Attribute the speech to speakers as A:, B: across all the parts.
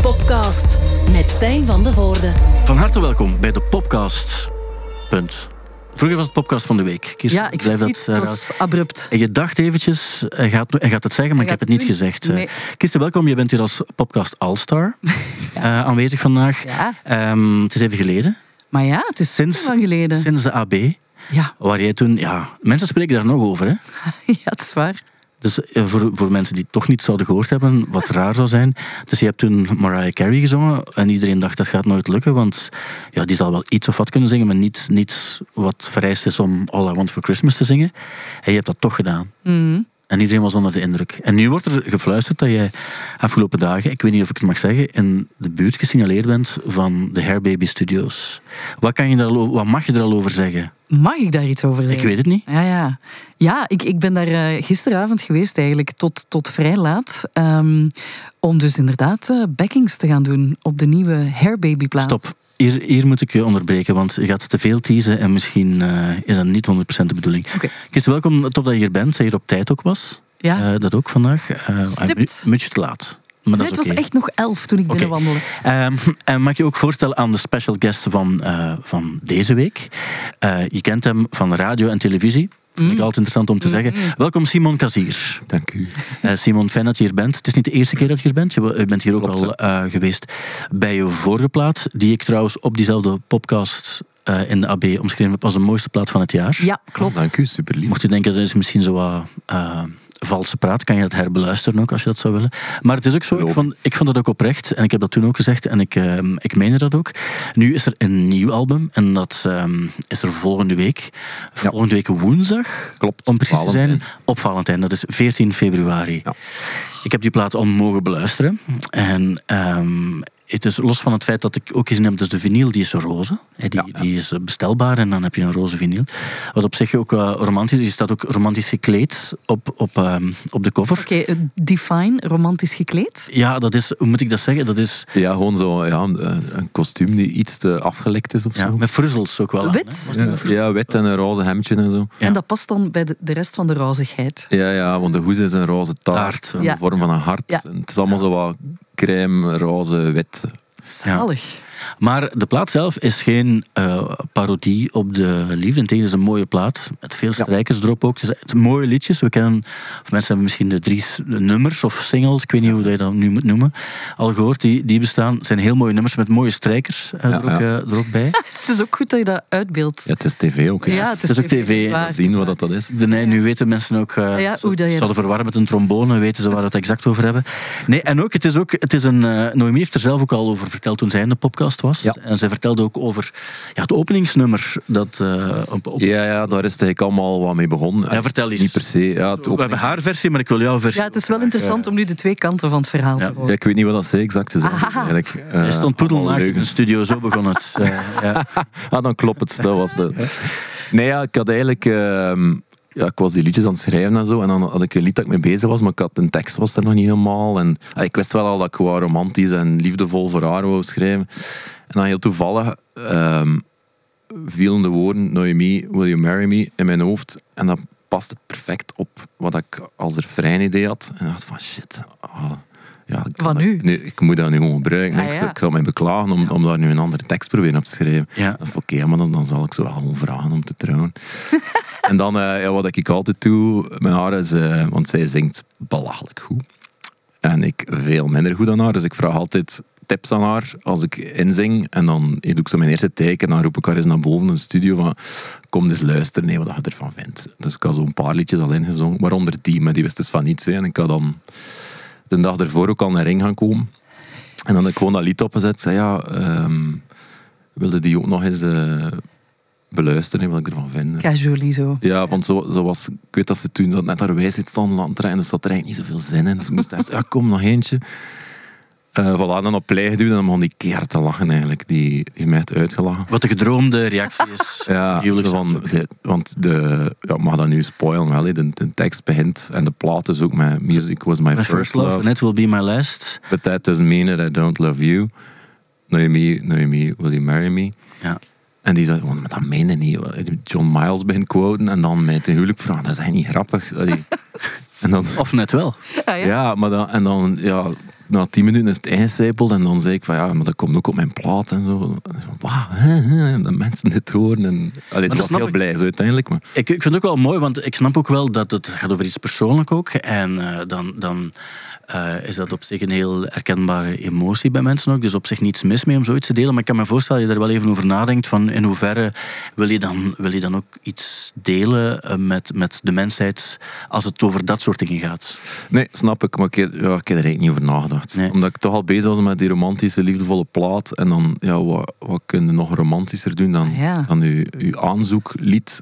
A: Popcast met Stijn van de Voorde.
B: Van harte welkom bij de podcast. Punt. Vroeger was het podcast van de week. Kirsten,
C: Ja, ik
B: blijf dat,
C: fiets, het
B: eh,
C: was abrupt.
B: En je dacht eventjes, hij gaat, hij gaat het zeggen, maar
C: Hij
B: ik heb
C: gaat
B: het niet
C: het doen.
B: gezegd. Eh,
C: Nee.
B: Kirsten, welkom. Je bent hier als podcast All-Star eh, aanwezig vandaag.
C: Ja.
B: Ehm, het is even geleden,
C: Maar ja, het is
B: Sinds-
C: sinds lang geleden.
B: sinds de AB,
C: Ja.
B: waar jij toen... Ja, mensen spreken daar nog over, hè?
C: ja, het is waar.
B: Dus eh, voor, voor mensen die het toch niet zouden gehoord hebben, wat raar zou zijn. Dus je hebt toen Mariah Carey gezongen en iedereen dacht dat gaat nooit lukken, want ja, die zal wel iets of wat kunnen zingen, maar niet, niet wat vereist is om All I Want For Christmas te zingen. En je hebt dat toch gedaan. En iedereen was onder de indruk. En nu wordt er gefluisterd dat jij afgelopen dagen, ik weet niet of ik het mag zeggen, in de buurt gesignaleerd bent van de Hair Baby Studios. Wat, kan je daar, al o- wat mag je er al over zeggen?
C: Mag ik daar iets over zeggen?
B: Ik weet het niet.
C: Ja, ja. ja ik, ik ben daar eh, gisteravond geweest eigenlijk, tot, tot vrij laat. ehm, om dus inderdaad eh, backings te gaan doen op de nieuwe Hair Baby plaat.
B: Stop. Hier, hier moet ik je onderbreken, want je gaat te veel teasen en misschien eh, is dat niet 100% de bedoeling.
C: Oké.
B: Kirsten, welkom. Top dat je hier bent. Dat je hier op tijd ook was.
C: Ja.
B: Eh, dat ook vandaag. Eh,
C: Stipt.
B: een mu- mutsje te laat. Maar dat
C: Het
B: is
C: was
B: oké.
C: echt nog elf toen ik
B: Oké.
C: binnenwandelde.
B: Ehm, en mag je ook voorstellen aan de special guest van, eh, van deze week. Eh, je kent hem van radio en televisie. Vind
C: Mm.
B: ik altijd interessant om te zeggen. Welkom Simon Kazier.
D: Dank u.
B: Eh, Simon, fijn dat je hier bent. Het is niet de eerste keer dat je hier bent. Je wa- je bent hier ook
D: Klopt,
B: al eh, geweest bij je vorige plaat, die ik trouwens op diezelfde podcast eh, in de AB omschreven heb als de mooiste plaat van het jaar.
C: Ja, klopt.
D: Dank u, super lief.
B: Mocht je denken, dat is misschien zo wat eh, valse praat, kan je dat herbeluisteren ook als je dat zou willen. Maar het is ook zo, ik
D: Geloof
B: vond, ik vond dat ook oprecht en ik heb dat toen ook gezegd en ik, eh, ik meende dat ook. Nu is er een nieuw album en dat eh, is er volgende week. Volgende week woensdag,
D: Klopt,
B: om precies te zijn,
D: Valentijn.
B: op Valentijn. Dat is 14 februari.
D: Ja.
B: Ik heb die plaat al mogen beluisteren. En ehm, het is los van het feit dat ik ook gezien heb, dus de vinyl die is roze. Hè, die, die is eh, bestelbaar en dan heb je een roze vinyl. Wat op zich ook eh, romantisch is. Er staat ook romantisch gekleed op, op, ehm, op de cover.
C: Oké, eh, Define, romantisch gekleed.
B: Ja, dat is, hoe moet ik dat zeggen? Dat is
D: Ja, gewoon zo, ja, een een kostuum die iets te afgelekt is of
B: ja,
D: zo.
B: met fruzzels ook wel. aan, hè.
C: Wit.
D: Ja, ja, wit en een roze hemdje en zo.
B: Ja.
C: En dat past dan bij de, de rest van de rozigheid.
D: Ja, ja, want de hoes is een roze taart,
B: Taart.
D: in
C: Ja.
D: de vorm van een hart.
C: Ja.
D: En het is allemaal zo wat crème, roze, wit.
C: Zalig.
B: Maar de plaat zelf is geen eh, parodie op de liefde. Integendeel, het is een mooie plaat. Met veel strijkers erop ook. Het is echt mooie liedjes. We kennen, of mensen hebben misschien de drie s- nummers of singles, ik weet niet hoe je dat nu moet noemen, al gehoord. Die, die bestaan. Het zijn heel mooie nummers met mooie strijkers eh,
D: Ja,
B: er, ook,
D: ja.
B: eh, er ook bij.
C: Het is ook goed dat je dat uitbeeldt.
D: Ja, het is tv ook. hè.
C: Ja, het is,
B: Het is ook tv,
C: is waar,
B: dat
D: Zien
C: het
D: wat
C: is
D: dat, dat is.
B: De, nee, nu weten mensen ook. eh
C: ja,
B: ze
C: hoe dat je-
B: zouden verwarren met een trombone, weten ze waar we het exact over hebben. Nee, en ook, het is ook, het is een. eh Noemi heeft er zelf ook al over verteld toen zij in de podcast was.
D: Ja.
B: En zij vertelde ook over ja, het openingsnummer dat eh, op, op
D: Ja, ja, daar is het eigenlijk allemaal wat mee begonnen.
B: Ja, vertel eens.
D: Niet per se. Ja, het
B: We hebben haar versie, maar ik wil jouw
C: waar.
B: versie.
C: Ja, het is wel interessant om nu de twee kanten van het verhaal
B: Ja.
C: te
D: Ja,
C: horen.
D: ik weet niet wat dat ze exact te zeggen
C: Ahaha.
D: eigenlijk.
B: Hij
D: Eh,
B: stond
D: allemaal
B: poedelnaakt in de
D: leugens.
B: studio, zo begon het. Eh, ja.
D: Ah, dan klopt het. Dat was de... Nee, ja, ik had eigenlijk... ehm, ja, ik was die liedjes aan het schrijven en zo. En dan had ik een lied dat ik mee bezig was, maar ik had, een tekst was er nog niet helemaal. En ah, ik wist wel al dat ik gewoon romantisch en liefdevol voor haar wou schrijven. En dan heel toevallig ehm, vielen de woorden Noemi, Will You Marry Me in mijn hoofd. En dat paste perfect op wat ik als refrein idee had. En ik dacht van shit... ah, ja, ik kan
C: Wat
D: dat-
C: nu?
D: Ik moet dat nu gewoon gebruiken.
C: Ah,
D: ik,
C: ja.
D: ik ga mij beklagen om, om daar nu een andere tekst proberen op te schrijven.
B: Ja.
D: Dat is oké, maar dan, dan zal ik ze wel gewoon vragen om te trouwen. en dan, eh, ja, wat ik altijd doe met haar is, eh, want zij zingt belachelijk goed. En ik veel minder goed dan haar, dus ik vraag altijd tips aan haar als ik inzing. En dan doe ik zo mijn eerste take en dan roep ik haar eens naar boven in de studio van kom dus luisteren, nee, wat je ervan vindt. Dus ik had zo'n paar liedjes al ingezongen, waaronder die, maar die wist dus van niets. hè. En ik had dan de dag ervoor ook al naar ring gaan komen. En dan had ik gewoon dat lied opgezet. Zei ja, ehm, wilde die ook nog eens eh, beluisteren, wat ik ervan vind.
C: Ja, Jolie zo.
D: Ja, want zo, zo was, ik weet dat ze toen zat net haar wijsheid stond aan het trekken, dus dat had er eigenlijk niet zoveel zin in. Dus ik moest echt, ja, kom, nog eentje. Eh voilà, en dan op play geduwd en dan begon die keer te lachen eigenlijk. Die, die mij het uitgelachen.
B: Wat de gedroomde reactie is.
D: Ja,
B: Huwelijk-
D: van de- want de, ja, ik mag dat nu spoilen wel, hè. de, de tekst begint en de plaat is ook met Music Was My,
B: My first love, and it will be my last.
D: But that doesn't mean that I don't love you. Noemi, Noemi, will you marry me?
B: Ja.
D: En die zei, "Oh, maar dat meen je niet. John Miles begint quoten en dan mij ten huwelijk vragen.
B: Oh,
D: Dat is echt niet grappig. Allee. en dan,
B: Of net wel.
C: Ah, Ja, ja.
D: ja, maar dan, en dan ja, na tien minuten is het ingecijpeld. En dan zei ik van ja, maar dat komt ook op mijn plaat en zo. En zo, Wauw, hè, hè, dat mensen dit horen. En, allee,
B: dat
D: ik was
B: snap
D: heel
B: ik.
D: blij zo uiteindelijk. Maar
B: Ik, ik vind het ook wel mooi, want ik snap ook wel dat het gaat over iets persoonlijk ook. En eh, dan, dan eh, is dat op zich een heel herkenbare emotie bij mensen ook. Dus op zich niets mis mee om zoiets te delen. Maar ik kan me voorstellen dat je er wel even over nadenkt van in hoeverre wil je dan, wil je dan ook iets delen eh, met, met de mensheid als het over dat soort dingen gaat.
D: Nee, snap ik, maar ik, heb- ja, ik heb er eigenlijk niet over nagedacht.
B: Nee.
D: Omdat ik toch al bezig was met die romantische, liefdevolle plaat. En dan, ja, wat, wat kun je nog romantischer doen dan,
C: Ah, ja.
D: dan je, je aanzoeklied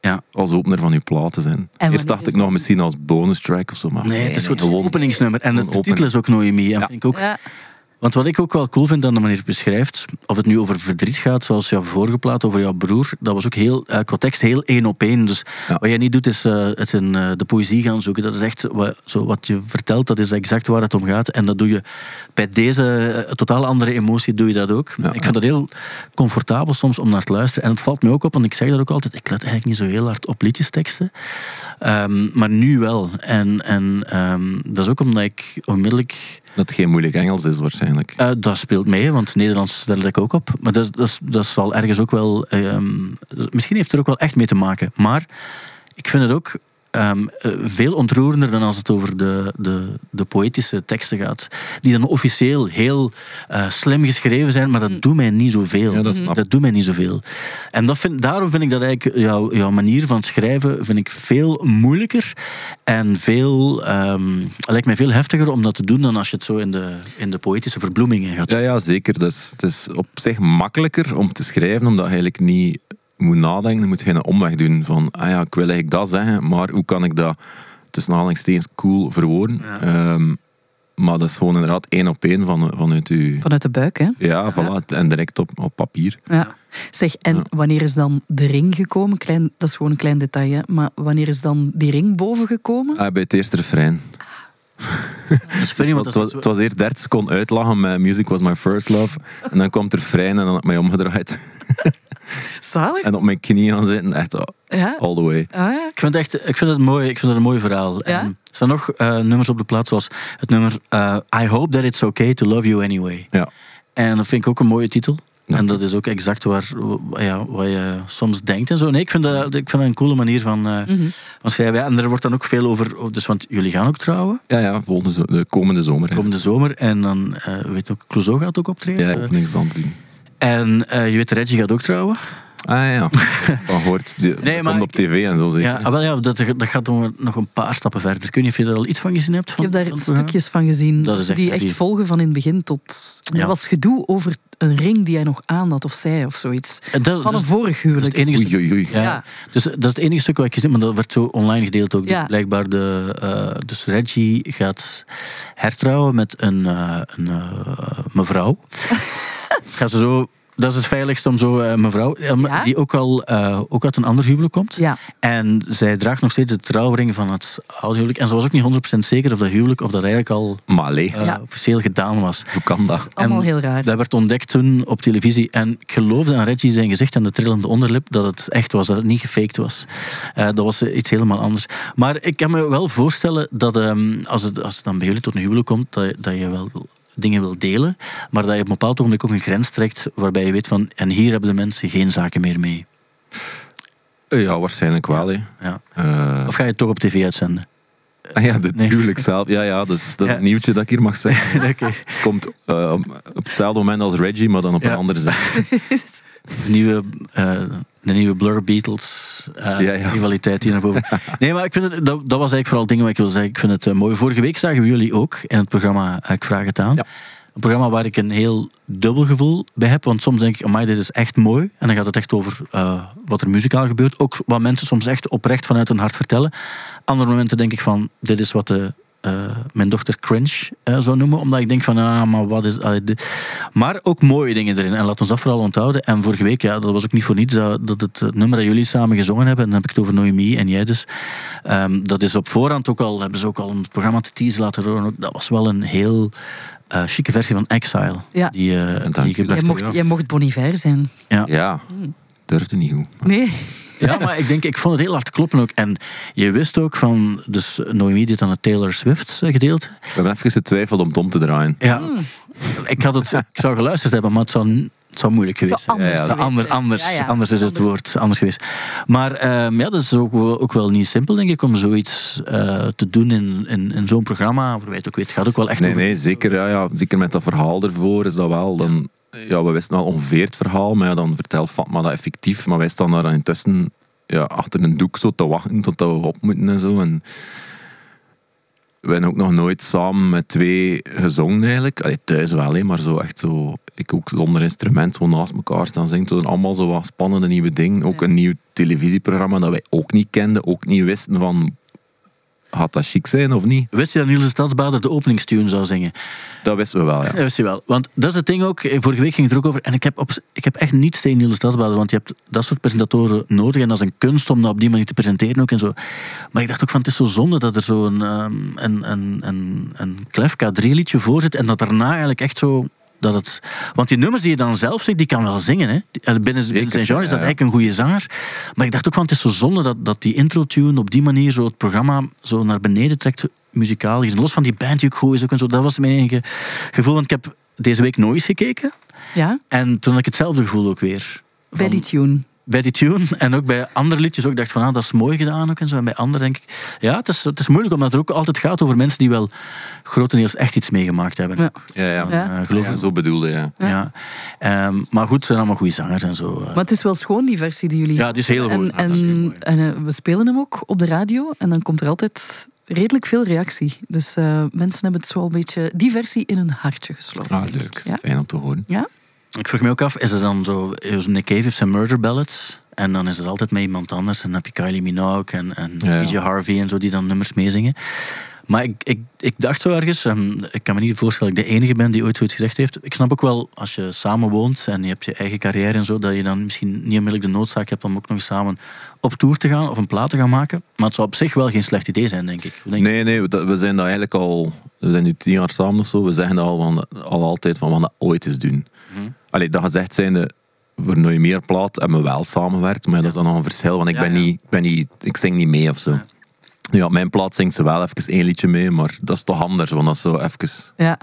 B: Ja.
D: als opener van je plaat te zijn.
C: wanneer
D: Eerst dacht
C: is
D: ik
C: dat?
D: nog misschien als bonus track of zo. Maar
B: Nee, het is gewoon
D: gewoon
B: het openingsnummer. En
D: Gewoon
B: het
D: open.
B: titel is ook Noemi. En
D: Ja.
B: vind ik ook
C: Ja.
B: Want wat ik ook wel cool vind aan de manier het beschrijft, of het nu over verdriet gaat, zoals jouw vorige plaat over jouw broer, dat was ook heel, eh, qua tekst heel één op één. Dus
D: Ja.
B: wat jij niet doet, is eh, het in eh, de poëzie gaan zoeken. Dat is echt, wa- zo, wat je vertelt, dat is exact waar het om gaat. En dat doe je bij deze eh, totaal andere emotie, doe je dat ook.
D: Ja.
B: Ik vind dat heel comfortabel soms om naar te luisteren. En het valt me ook op, want ik zeg dat ook altijd, ik let eigenlijk niet zo heel hard op liedjesteksten. Ehm, maar nu wel. En, en ehm, dat is ook omdat ik onmiddellijk...
D: Dat het geen moeilijk Engels is waarschijnlijk.
B: Eh, dat speelt mee, want Nederlands daar let ik ook op. Maar dat, dat, is- dat zal ergens ook wel. ehm, misschien heeft het er ook wel echt mee te maken. Maar ik vind het ook ehm, eh, veel ontroerender dan als het over de, de, de poëtische teksten gaat. Die dan officieel heel eh, slim geschreven zijn, maar dat doet mij niet zoveel.
D: Ja, dat snap ik.
B: doet mij niet zoveel. En dat vind, daarom vind ik dat eigenlijk jouw, jouw manier van schrijven vind ik veel moeilijker en veel, ehm, lijkt mij veel heftiger om dat te doen dan als je het zo in de, in de poëtische verbloemingen gaat.
D: Ja, ja zeker. Dat is, het is op zich makkelijker om te schrijven, omdat je eigenlijk niet moet nadenken. Je moet geen omweg doen van, ah ja, ik wil eigenlijk dat zeggen, maar hoe kan ik dat tussen aanhalingstekens cool verwoorden? Ehm, maar dat is gewoon inderdaad één op één van, vanuit je...
C: Vanuit de buik, hè?
D: Ja, voilà. En direct op, op papier.
C: Ja. Zeg, en wanneer is dan de ring gekomen? Klein, dat is gewoon een klein detail, hè? Maar wanneer is dan die ring boven gekomen?
D: Ah, bij het eerste refrein.
B: Dat is funny, want
D: Het
B: dat
D: was,
B: is
D: het
B: zo-
D: was eerst 30 seconden uitlachen met Music Was My First Love. En dan kwam het refrein en dan had ik mij omgedraaid.
C: Zalig.
D: En op mijn knieën gaan zitten. Echt oh,
C: Ja.
D: all the way.
C: Ah, ja.
B: ik vind, het echt, ik vind het mooi, ik vind het een mooi verhaal. En er staan nog eh, nummers op de plaat, zoals het nummer eh, I Hope That It's Okay To Love You Anyway.
D: Ja.
B: En dat vind ik ook een mooie titel.
D: Ja.
B: En dat is ook exact waar, w- ja, wat je soms denkt en zo. Nee, ik vind dat, ik vind dat een coole manier van, eh,
C: Mhm.
B: van schrijven. Ja, En er wordt dan ook veel over... Dus, want jullie gaan ook trouwen,
D: Ja, ja, volgende zo- de komende zomer. hè.
B: komende zomer. En dan, eh, weet ook, Clouseau gaat ook optreden.
D: Ja, openingsdans doen.
B: En eh, je weet, Reggie gaat ook trouwen.
D: Ah ja, van hoort. Die,
B: Nee, maar
D: komt op
B: ik-
D: tv en zo zeker.
B: Ja, ah, wel, ja dat, dat gaat nog nog een paar stappen verder. Ik weet niet of je er al iets van gezien hebt.
C: Ik
B: Van,
C: heb daar
B: van het programma?
C: stukjes van gezien
B: Dat is echt
C: die echt
B: heavy.
C: volgen van in het begin tot...
B: Ja.
C: Er was gedoe over een ring die hij nog aan had of zij of zoiets.
B: Eh, dat-
C: Van
B: dat
C: een
B: is- dus
C: vorig
B: Dat is
C: huwelijk.
B: het enige
D: Oei,
B: stuk-
D: oei, oei.
B: Ja.
C: Ja.
B: Dus dat is het enige stuk wat ik gezien heb, maar dat werd zo online gedeeld ook. Dus
C: Ja.
B: blijkbaar de, eh, dus Reggie gaat hertrouwen met een, eh, een eh, mevrouw. gaat ze zo, dat is het veiligst om zo eh, mevrouw, eh, maar
C: Ja.
B: die ook al eh, ook uit een ander huwelijk komt.
C: Ja.
B: En zij draagt nog steeds de trouwring van het oude huwelijk. En ze was ook niet 100% zeker of dat huwelijk of dat eigenlijk al
D: Maar allee,
B: eh,
C: Ja.
B: officieel gedaan was.
D: hoe kan dat?
C: Allemaal
B: En
C: heel raar.
B: Dat werd ontdekt toen op televisie. En ik geloofde aan Reggie zijn gezicht en de trillende onderlip dat het echt was, dat het niet gefaked was. Eh, dat was eh, iets helemaal anders. Maar ik kan me wel voorstellen dat ehm, als, het, als het dan bij jullie tot een huwelijk komt, dat, je- dat je wel dingen wil delen, maar dat je op een bepaald ogenblik ook een grens trekt waarbij je weet van, en hier hebben de mensen geen zaken meer mee.
D: Eh, Ja, waarschijnlijk wel. hè.
B: Ja.
D: Eh,
B: Of ga je het toch op tv uitzenden?
D: ah ja, de
B: Nee.
D: huwelijk zelf. Ja, ja, dat is, dat is
B: Ja.
D: een nieuwtje dat ik hier mag zeggen.
B: Oké.
D: Komt eh, op- op hetzelfde moment als Reggie, maar dan op
B: Ja.
D: een andere zijde.
B: De nieuwe, eh, de nieuwe Blur Beatles eh
D: Ja, ja.
B: rivaliteit die naar boven. Nee, maar ik vind het, dat, dat was eigenlijk vooral dingen wat ik wil zeggen. Ik vind het eh, mooi. Vorige week zagen we jullie ook in het programma eh, Ik Vraag Het Aan.
D: Ja.
B: Een programma waar ik een heel dubbel gevoel bij heb. Want soms denk ik, amai, dit is echt mooi. En dan gaat het echt over eh, wat er muzikaal gebeurt. Ook wat mensen soms echt oprecht vanuit hun hart vertellen. Andere momenten denk ik van, dit is wat de, eh, mijn dochter cringe eh, zou noemen. Omdat ik denk van, ah, maar wat is... ah, dit- Maar ook mooie dingen erin. En laat ons dat vooral onthouden. En vorige week, ja, dat was ook niet voor niets, dat, dat het eh, nummer dat jullie samen gezongen hebben, en dan heb ik het over Noemi en jij dus, ehm, dat is op voorhand ook al, hebben ze ook al een programma te teasen laten horen. Ook Dat was wel een heel eh chique versie van Exile.
C: Ja.
B: Die, eh,
D: dank
B: die je
D: u.
B: gebracht
C: Jij
D: dacht,
C: mocht,
D: ja.
C: jij mocht Bon Iver zijn.
B: Ja.
D: Ja, durfde niet goed.
C: Nee.
B: Ja, maar ik denk, ik vond het heel hard kloppen ook. En je wist ook van, dus Noémie deed dan het Taylor Swift eh, gedeelte.
D: Ik ben even getwijfeld om het om te draaien.
B: Ja,
C: Hmm.
B: ik, had het, ik zou geluisterd hebben, maar het zou, het zou moeilijk geweest zijn.
C: anders
B: Het zou
C: geweest
B: ander-
C: zijn.
B: anders,
C: Ja, ja.
B: anders is het
C: Anders.
B: woord, anders geweest. Maar ehm, ja, dat is ook, wel- ook wel niet simpel, denk ik, om zoiets eh, te doen in, in, in zo'n programma. Voor wij het ook weet, het gaat ook wel echt
D: Nee,
B: over...
D: nee, zeker. Ja, ja, zeker met dat verhaal ervoor is dat wel. Dan, ja, we wisten al ongeveer het verhaal, maar ja, dan vertelt Fatma dat effectief. Maar wij staan daar dan intussen ja, achter een doek zo te wachten tot dat we op moeten en zo. En we hebben ook nog nooit samen met twee gezongen eigenlijk. Allee, thuis wel, hè, maar zo echt zo... Ik ook zonder instrument, gewoon naast elkaar staan zingen. Toen allemaal zo wat spannende nieuwe dingen. Ook
C: Ja.
D: een nieuw televisieprogramma dat wij ook niet kenden. Ook niet wisten van... Gaat dat chic zijn of niet?
B: Wist je dat Niels de Stadsbader de openingstune zou zingen?
D: Dat wisten we wel, ja.
B: Ja, wist je wel. Want dat is het ding ook. eh, Vorige week ging het er ook over. En ik heb, op, ik heb echt niets tegen Niels Stadsbader. Want je hebt dat soort presentatoren nodig. En dat is een kunst om dat op die manier te presenteren ook en zo. Maar ik dacht ook van, het is zo zonde dat er zo'n ehm, een, een, een, een klef K3 liedje voor zit. En dat daarna eigenlijk echt zo... Dat het, want die nummers die je dan zelf zingt, die kan wel zingen. Hè? Die- eh, Binnen, binnen zijn genre is dat
D: ja, ja.
B: eigenlijk een goede zanger. Maar ik dacht ook van, het is zo zonde dat, dat die intro-tune op die manier zo het programma zo naar beneden trekt, muzikaal gezien. Los van die band die ook goed is ook en zo. Dat was mijn enige gevoel. Want ik heb deze week Noise gekeken.
C: Ja,
B: En toen had ik hetzelfde gevoel ook weer.
C: bij
B: Van-
C: die tune.
B: bij die tune en ook bij andere liedjes ook dacht van ah, dat is mooi gedaan ook en zo. En bij anderen denk ik, ja, het is, het is moeilijk omdat het ook altijd gaat over mensen die wel grotendeels echt iets meegemaakt hebben.
C: Ja.
D: Ja, ja.
C: Ja.
B: Eh, geloof
D: Ja,
B: ik.
D: zo bedoelde ja.
B: Ja. Ehm, maar goed, het zijn allemaal goede zangers en zo. eh.
C: Maar het is wel schoon, die versie die jullie
B: Ja, die is heel
C: hebben.
B: goed. Ja,
C: En,
B: dat is heel mooi.
C: en, en eh, we spelen hem ook op de radio en dan komt er altijd redelijk veel reactie. Dus eh, mensen hebben het zo een beetje, die versie in hun hartje gesloten.
D: Ah,
C: denk ik.
D: leuk.
C: Ja?
D: Fijn om te horen.
C: ja?
B: Ik vroeg me ook af, is er dan zo, is Nick Cave heeft zijn murder ballads en dan is het altijd met iemand anders. En dan heb je Kylie Minogue en, en
D: Ja.
B: PJ Harvey en zo die dan nummers meezingen. Maar ik, ik, ik dacht zo ergens, en ik kan me niet voorstellen dat ik de enige ben die ooit zoiets gezegd heeft. Ik snap ook wel, als je samen woont en je hebt je eigen carrière en zo, dat je dan misschien niet onmiddellijk de noodzaak hebt om ook nog eens samen op tour te gaan of een plaat te gaan maken. Maar het zou op zich wel geen slecht idee zijn, denk ik. Hoe Denk
D: Nee, nee, dat- we zijn dat eigenlijk al... We zijn nu tien jaar samen of zo. We zeggen dat al, van, al altijd van, we gaan dat ooit eens doen. Allee, dat gezegd zijnde, voor nooit meer plaat hebben we wel samengewerkt. Maar dat is dan nog een verschil, want ik,
B: Ja,
D: ben
B: ja.
D: Niet, ik ben niet... Ik zing niet mee of zo. Nu, op mijn plaat zingt ze wel even één liedje mee, maar dat is toch anders. Want dat is zo even
C: Ja.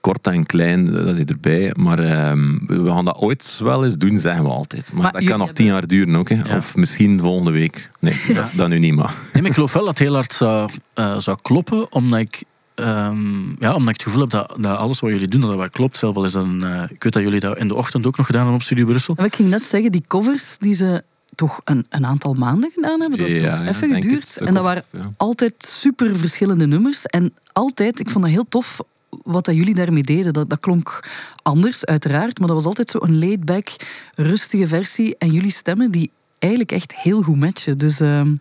D: kort en klein, eh, dat is erbij. Maar ehm, we gaan dat ooit wel eens doen, zeggen we altijd. Maar,
C: Maar
D: dat
C: jullie
D: kan nog
C: hebben-
D: tien jaar duren ook. Hè. Of misschien volgende week. Nee, dat, dat nu niet, maar...
B: Nee, maar ik geloof wel dat het heel hard zou, eh, zou kloppen, omdat ik, ehm, ja, omdat ik het gevoel heb dat, dat alles wat jullie doen, dat dat wel klopt. Zelf al is dat een, eh, ik weet dat jullie dat in de ochtend ook nog gedaan hebben op Studio Brussel. Eh,
C: Maar ik ging net zeggen, die covers die ze toch een, een aantal maanden gedaan hebben, dat heeft
D: Ja,
C: toch
D: ja,
C: even
D: denk het.
C: geduurd.
D: Stuk
C: En dat
D: of,
C: waren
D: ja.
C: altijd super verschillende nummers. En altijd, ik vond dat heel tof wat dat jullie daarmee deden. Dat, dat klonk anders, uiteraard, maar dat was altijd zo'n laid-back, rustige versie. En jullie stemmen die eigenlijk echt heel goed matchen. Dus ehm,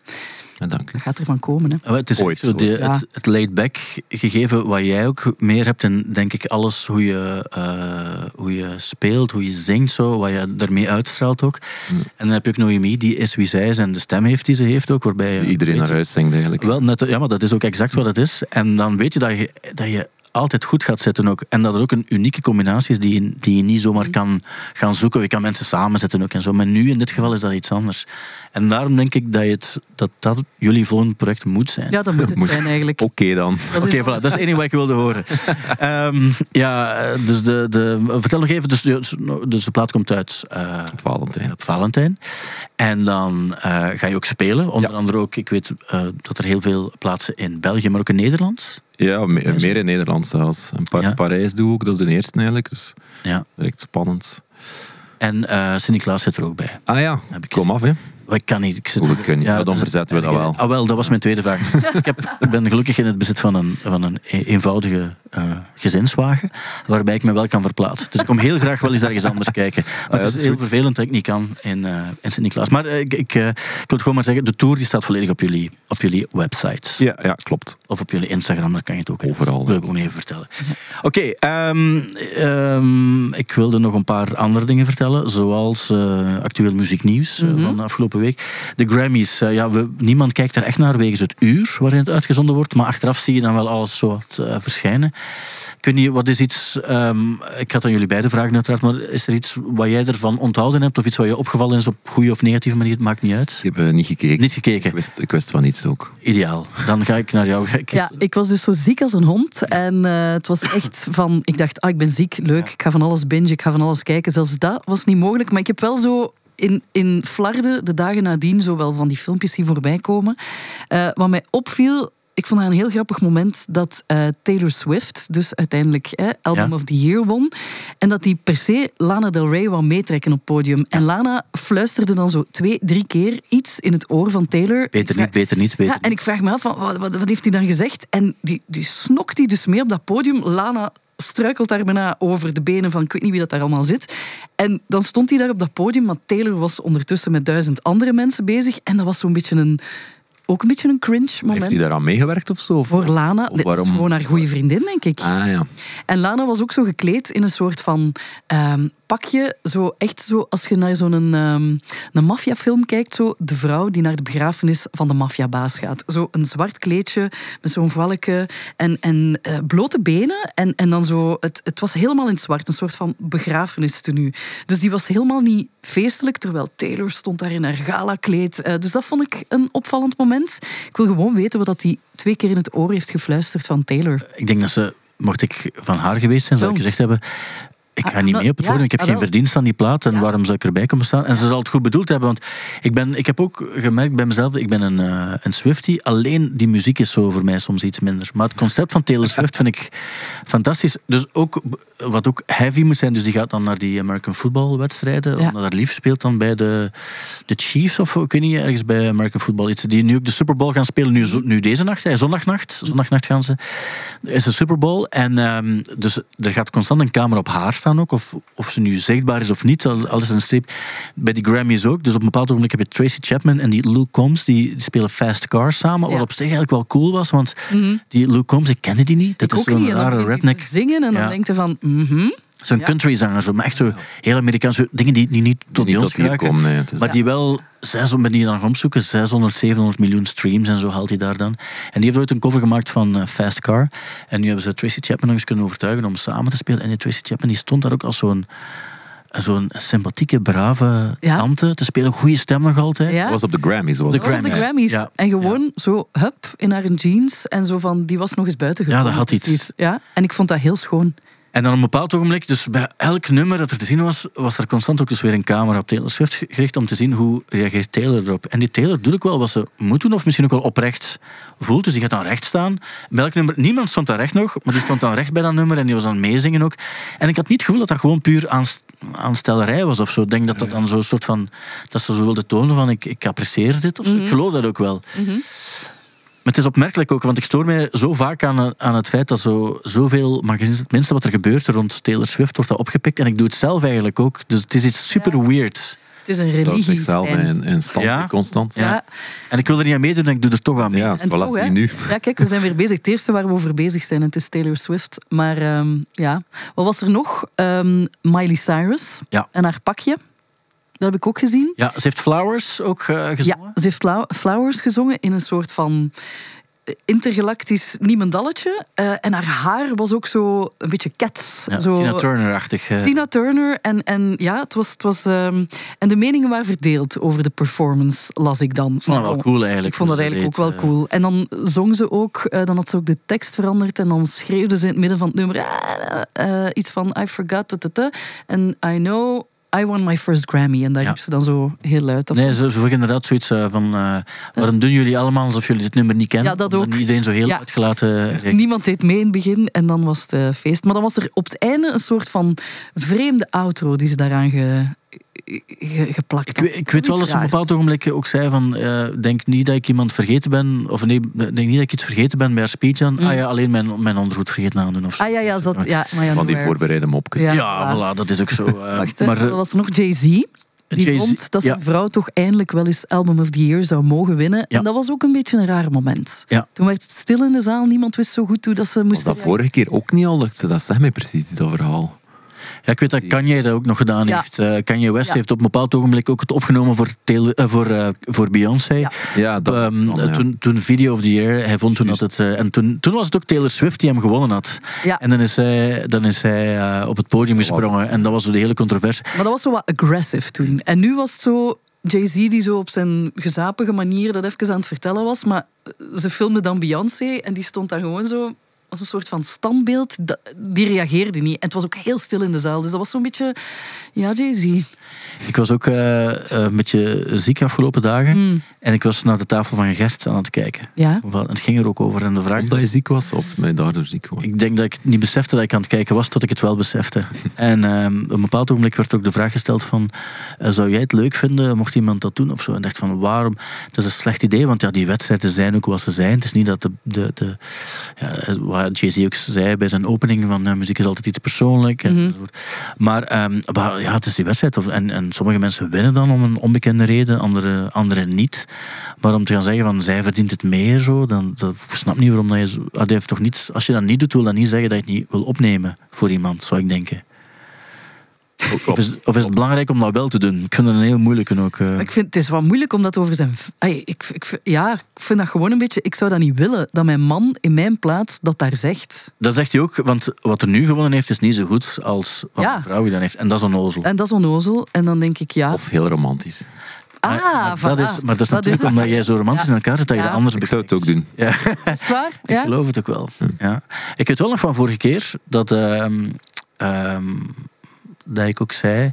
D: Ja, dank u.
C: dat gaat ervan komen. Hè.
B: Eh, Het is
D: Ooit,
B: echt zo de-
D: ooit.
B: het, het laid-back gegeven wat jij ook meer hebt in, denk ik, alles hoe je, eh, hoe je speelt, hoe je zingt, zo, wat je daarmee uitstraalt ook.
D: Mm.
B: En dan heb je ook Noémie, die is wie zij is en de stem heeft die ze heeft ook, waarbij... je-
D: Iedereen
B: weet
D: naar
B: je-
D: huis zingt eigenlijk.
B: Wel, net, ja, maar dat is ook exact wat het is. En dan weet je dat je, dat je altijd goed gaat zitten ook. En dat het ook een unieke combinatie is die je, die je niet zomaar kan gaan zoeken. Je kan mensen samenzetten ook en zo. Maar nu in dit geval is dat iets anders. En daarom denk ik dat je het, dat, dat jullie volgend project moet zijn.
C: Ja, dat moet het
D: Moet-
C: zijn eigenlijk.
D: Oké dan.
C: Dat
B: Oké,
C: is-
B: voilà, dat is het enige wat ik wilde horen. Ehm, ja, dus de, de, vertel nog even. Dus, de- dus de plaat komt uit eh,
D: Valentijn.
B: op Valentijn. En dan eh, ga je ook spelen. Onder andere ook, ik weet eh, dat er heel veel plaatsen in België, maar ook in Nederland.
D: Ja, me- meer in Nederland zelfs. Een paar
B: Ja.
D: Parijs doe ik, dat is de eerste eigenlijk. Dus
B: Ja.
D: direct spannend.
B: En eh Sint-Niklaas zit er ook bij.
D: Ah ja,
B: Heb ik-
D: kom af hè.
B: Maar Ik kan niet. Ik zit
D: Hoe we kunnen, ja, dan
B: dus-
D: verzetten we dat wel.
B: Ah, wel, dat was mijn tweede vraag. ik, heb, ik ben gelukkig in het bezit van een, van een e- eenvoudige eh, gezinswagen, waarbij ik me wel kan verplaatsen. Dus ik kom heel graag wel eens ergens anders kijken. Maar
D: Ah dat
B: het is
D: is
B: heel
D: goed.
B: vervelend dat ik niet kan in, eh, in Sint-Niklaas. Maar eh, ik, ik, eh, ik wil het gewoon maar zeggen, de tour die staat volledig op jullie, op jullie website.
D: Ja, ja klopt.
B: Of op jullie Instagram, daar kan je het ook.
D: Overal,
B: Dat wil ik
D: ja.
B: ook nog even vertellen. Oké, ehm, ehm, ik wilde nog een paar andere dingen vertellen. Zoals eh, actueel muzieknieuws eh, van de afgelopen week. De Grammys. eh, ja, we, niemand kijkt er echt naar wegens het uur waarin het uitgezonden wordt. Maar achteraf zie je dan wel alles zo wat eh, verschijnen. Ik weet niet, wat is iets... ehm, ik had aan jullie beiden vragen uiteraard, maar is er iets wat jij ervan onthouden hebt of iets wat je opgevallen is op goede of negatieve manier? Het maakt niet uit.
D: Ik heb eh, niet gekeken.
B: Niet
D: Ik
B: gekeken.
D: wist, ik wist van iets ook.
B: Ideaal. Dan ga ik naar jou kijken.
C: Ja, ik was dus zo ziek als een hond. En eh, het was echt van... Ik dacht, ah, ik ben ziek, leuk, ik ga van alles bingen, ik ga van alles kijken. Zelfs dat was niet mogelijk. Maar ik heb wel zo in, in Flarden de dagen nadien zo wel van die filmpjes die voorbij komen. Eh, wat mij opviel... Ik vond haar een heel grappig moment dat eh, Taylor Swift, dus uiteindelijk hè, Album
B: Ja.
C: of the Year won, en dat die per se Lana Del Rey wou meetrekken op het podium. En Lana fluisterde dan zo twee, drie keer iets in het oor van Taylor.
B: Beter
C: Ik vraag-
B: niet, beter niet, beter
C: ja, en ik vraag me af, van, wat, wat, wat heeft hij dan gezegd? En die, die snokt hij dus mee op dat podium. Lana struikelt daar bijna over de benen van ik weet niet wie dat daar allemaal zit. En dan stond hij daar op dat podium, maar Taylor was ondertussen met duizend andere mensen bezig. En dat was zo'n beetje een... Ook een beetje een cringe moment.
D: Heeft hij daaraan meegewerkt of zo? Of-
C: Voor Lana,
D: Of
C: dit is
D: waarom-
C: gewoon haar goede vriendin, denk ik.
D: Ah ja.
C: En Lana was ook zo gekleed in een soort van ehm, pakje. Zo echt zo, als je naar zo'n ehm, een maffiafilm kijkt, zo de vrouw die naar de begrafenis van de maffiabaas gaat. Zo een zwart kleedje met zo'n valken en, en eh, blote benen. En, en dan zo, het, het was helemaal in het zwart, een soort van begrafenistenu. Dus die was helemaal niet feestelijk, terwijl Taylor stond daar in haar galakleed. Eh, dus dat vond ik een opvallend moment. Ik wil gewoon weten wat dat die twee keer in het oor heeft gefluisterd van Taylor.
B: Ik denk dat ze, mocht ik van haar geweest zijn, zou ik
C: Zo.
B: gezegd hebben... Ik ga
C: Ah,
B: niet
C: wel,
B: mee op het
C: ja,
B: podium, ik heb
C: ah,
B: geen
C: wel.
B: verdienst aan die plaat en
C: Ja.
B: waarom zou ik erbij komen staan? En ze zal het goed bedoeld hebben, want ik, ben, ik heb ook gemerkt bij mezelf, ik ben een, eh een Swiftie, alleen die muziek is zo voor mij soms iets minder. Maar het concept van Taylor Swift vind ik fantastisch. Dus ook, wat ook heavy moet zijn, dus die gaat dan naar die American Football wedstrijden,
C: Ja.
B: omdat haar lief speelt dan bij de, de Chiefs of ik weet niet, ergens bij American Football iets, die nu ook de Super Bowl gaan spelen, nu, zo- nu deze nacht, hè, zondagnacht, zondagnacht gaan ze is de Super Bowl. En ehm, dus er gaat constant een camera op haar staan ook. Of, of ze nu zichtbaar is of niet, al- alles een streep. Bij die Grammys ook. Dus op een bepaald ogenblik heb je Tracy Chapman en die Luke Combs. Die, die spelen Fast Cars samen. Wat
C: Ja. Mhm.
B: op zich eigenlijk wel cool was. Want die Luke Combs, ik kende die niet. Dat
C: ik
B: is
C: ook niet.
B: zo'n
C: En dan
B: rare
C: begint hij
B: redneck.
C: te zingen en
B: Ja.
C: dan denkt hij van... mhm.
B: Zo'n
C: Ja.
B: countryzanger, zo, maar echt zo heel Amerikaanse dingen die, die niet tot
D: niet
B: die ons
D: tot hier
B: geraken.
D: komen, nee, het is-
B: maar
D: Ja.
B: die wel, 600, ben die dan gaan opzoeken, 600, 700 miljoen streams en zo haalt hij daar dan. En die heeft ooit een cover gemaakt van eh, Fast Car. En nu hebben ze Tracy Chapman nog eens kunnen overtuigen om samen te spelen. En die Tracy Chapman die stond daar ook als zo'n zo'n sympathieke, brave
C: Ja.
B: tante te spelen. Goede stem nog altijd.
C: Ja.
D: Dat was op de Grammys. Was
B: De
C: Dat was op de
B: Grammys.
C: Grammys.
B: Ja.
C: En gewoon zo, hup, in haar jeans. En zo van, die was nog eens buiten
B: Ja, dat
C: gekomen.
B: had iets.
C: precies. Ja, en ik vond dat heel schoon.
B: En dan op een bepaald ogenblik, dus bij elk nummer dat er te zien was, was er constant ook dus weer een camera op Taylor Swift ge- gericht om te zien hoe reageert Taylor erop. En die Taylor doet ook wel wat ze moet doen, of misschien ook wel oprecht voelt. Dus die gaat dan recht staan. Bij elk nummer, niemand stond daar recht nog, maar die stond dan recht bij dat nummer en die was aan het meezingen ook. En ik had niet het gevoel dat dat gewoon puur aanst- aanstellerij was of zo. Ik denk dat dat dan zo'n soort van, dat ze zo wilde tonen van ik, ik apprecieer dit of zo. Ik geloof dat ook wel. Maar het is opmerkelijk ook, want ik stoor mij zo vaak aan, aan het feit dat zo, zoveel magazines, het minste wat er gebeurt rond Taylor Swift, wordt dat opgepikt. En ik doe het zelf eigenlijk ook. Dus het is iets super weird.
C: Het is een
D: Dat
C: religie.
D: zichzelf
C: Stijn.
D: en, en stand
B: Ja.
D: constant.
C: Ja.
B: En ik wil er niet aan meedoen en ik doe er toch aan mee.
D: Ja,
C: En
D: voilà,
C: toch, hè.
D: zie nu.
C: Ja, kijk, we zijn weer bezig. Het eerste waar we over bezig zijn, het is Taylor Swift. Maar ehm, ja, wat was er nog? Ehm, Miley Cyrus
B: Ja.
C: en haar pakje. Dat heb ik ook gezien.
B: Ja, ze heeft Flowers ook eh, gezongen.
C: Ja, ze heeft Fla- Flowers gezongen in een soort van eh, intergalactisch niemendalletje. Eh, en haar haar was ook zo een beetje cats.
B: Ja,
C: zo,
B: Tina Turner-achtig. eh.
C: Tina Turner. En, en ja, het was... Het was ehm, en de meningen waren verdeeld over de performance, las ik dan.
B: vond dat wel
C: Maar-
B: cool eigenlijk,
C: Ik vond dat
B: hoe ze
C: eigenlijk ook
B: dat
C: wel
B: deed, eh,
C: cool. En dan zong ze ook, eh, dan had ze ook de tekst veranderd. En dan schreeuwde ze in het midden van het nummer ah, eh, iets van I forgot. tatata, En I know I won my first Grammy. En daar
B: Ja.
C: riep ze dan zo heel luid. af.
B: Nee, ze, ze vroeg inderdaad zoiets eh, van... eh, waarom doen jullie allemaal alsof jullie dit nummer niet kennen?
C: Ja, dat
B: Omdat
C: ook.
B: niet iedereen zo heel
C: Ja.
B: uitgelaten eh, reageert.
C: Niemand deed mee in het begin en dan was het eh, feest. Maar dan was er op het einde een soort van vreemde outro die ze daaraan ge, ge- geplakt
B: Ik,
C: had.
B: weet- ik weet wel dat
C: iets
B: ze op een
C: raars.
B: bepaald ogenblik ook zei van... eh, denk niet dat ik iemand vergeten ben... Of nee, denk niet dat ik iets vergeten ben bij haar speech aan. Ah ja, alleen mijn, mijn ondergoed vergeten aan doen of zo.
C: Mm.
B: Dus, eh,
C: Ah ja, ja, zat, ja maar ja,
D: Van die
C: nowhere.
D: voorbereide mopjes.
B: Ja,
C: Ja,
B: voilà, dat is ook zo. eh,
C: Wacht, hè,
B: maar, eh,
C: er was nog Jay-Z. Die
B: Jay-Z,
C: vond dat zijn
B: ja.
C: vrouw toch eindelijk wel eens Album of the Year zou mogen winnen.
B: Ja.
C: En dat was ook een beetje een raar moment.
B: Ja.
C: Toen werd het stil in de zaal. Niemand wist zo goed hoe dat ze
D: Was
C: moesten...
D: dat vorige keer ook niet al? Dat ze dat zeg mij precies, dat verhaal.
B: Ja, ik weet dat Kanye dat ook nog gedaan
C: Ja.
B: heeft. Eh, Kanye West
C: Ja.
B: heeft op een bepaald ogenblik ook het opgenomen voor, Taylor- eh, voor, eh, voor Beyoncé.
C: Ja.
D: Ja, dat
B: Ehm,
D: is dan, ja.
B: toen, toen Video of the Year, hij vond toen dat het... eh, en toen, toen was het ook Taylor Swift die hem gewonnen had.
C: Ja.
B: En dan is hij, dan is hij eh, op het podium
D: was
B: gesprongen. En dat was zo de hele controverse.
C: Maar dat was zo wat aggressive toen. En nu was het zo Jay-Z die zo op zijn gezapige manier dat even aan het vertellen was. Maar ze filmde dan Beyoncé en die stond daar gewoon zo als een soort van standbeeld. Dat- Die reageerde niet. En het was ook heel stil in de zaal. Dus dat was zo'n beetje... Ja, Jay-Z.
B: Ik was ook eh, een beetje ziek afgelopen dagen. En ik was naar de tafel van Gert aan het kijken.
C: Ja.
B: Wat- Het ging er ook over. En de vraag...
D: Omdat je ziek was of ben je daardoor ziek geworden?
B: Ik denk dat ik niet besefte dat ik aan het kijken was, tot ik het wel besefte. En ehm, op een bepaald ogenblik werd ook de vraag gesteld van... eh, zou jij het leuk vinden, mocht iemand dat doen of zo? En ik dacht van, waarom? Het is een slecht idee, want ja, die wedstrijden zijn ook wat ze zijn. Het is niet dat de... de, de ja, eh, wat Jay-Z ook zei bij zijn opening, van eh, muziek is altijd iets persoonlijk.
C: Mhm.
B: En enzovoort. Maar ehm, maar ja, het is die wedstrijd. Of- En, en sommige mensen winnen dan om een onbekende reden, anderen andere niet. Maar om te gaan zeggen van zij verdient het meer, zo, dan dat, ik snap niet waarom dat je. zo- ah, die heeft toch niets, als je dat niet doet, wil dat niet zeggen dat je het niet wil opnemen voor iemand, zou ik denken. Of is, of is het belangrijk om dat wel te doen? Ik vind het een heel moeilijke ook. eh.
C: Maar Ik vind, het is wat moeilijk om dat over zijn... v- Ai, ik, ik, ja, ik vind dat gewoon een beetje... Ik zou dat niet willen, dat mijn man in mijn plaats dat daar zegt.
B: Dat zegt hij ook, want wat er nu gewonnen heeft, is niet zo goed als wat
C: Ja.
B: een vrouw gedaan heeft. En dat is een ozel.
C: En dat is onnozel. En dan denk ik, ja...
D: Of heel romantisch.
C: ah,
B: maar, dat
C: voilà.
B: is, maar dat is
C: Dat
B: natuurlijk
C: het.
B: omdat jij zo romantisch
C: Ja.
B: in elkaar zit dat je
C: Ja.
B: de anders
D: Ik zou het ook
B: bekijkt.
D: doen. Hm.
B: Ja.
C: Is het waar? Ja?
B: Ik geloof het ook wel. Ja. Ik weet wel nog van vorige keer dat, ehm, ehm, dat ik ook zei,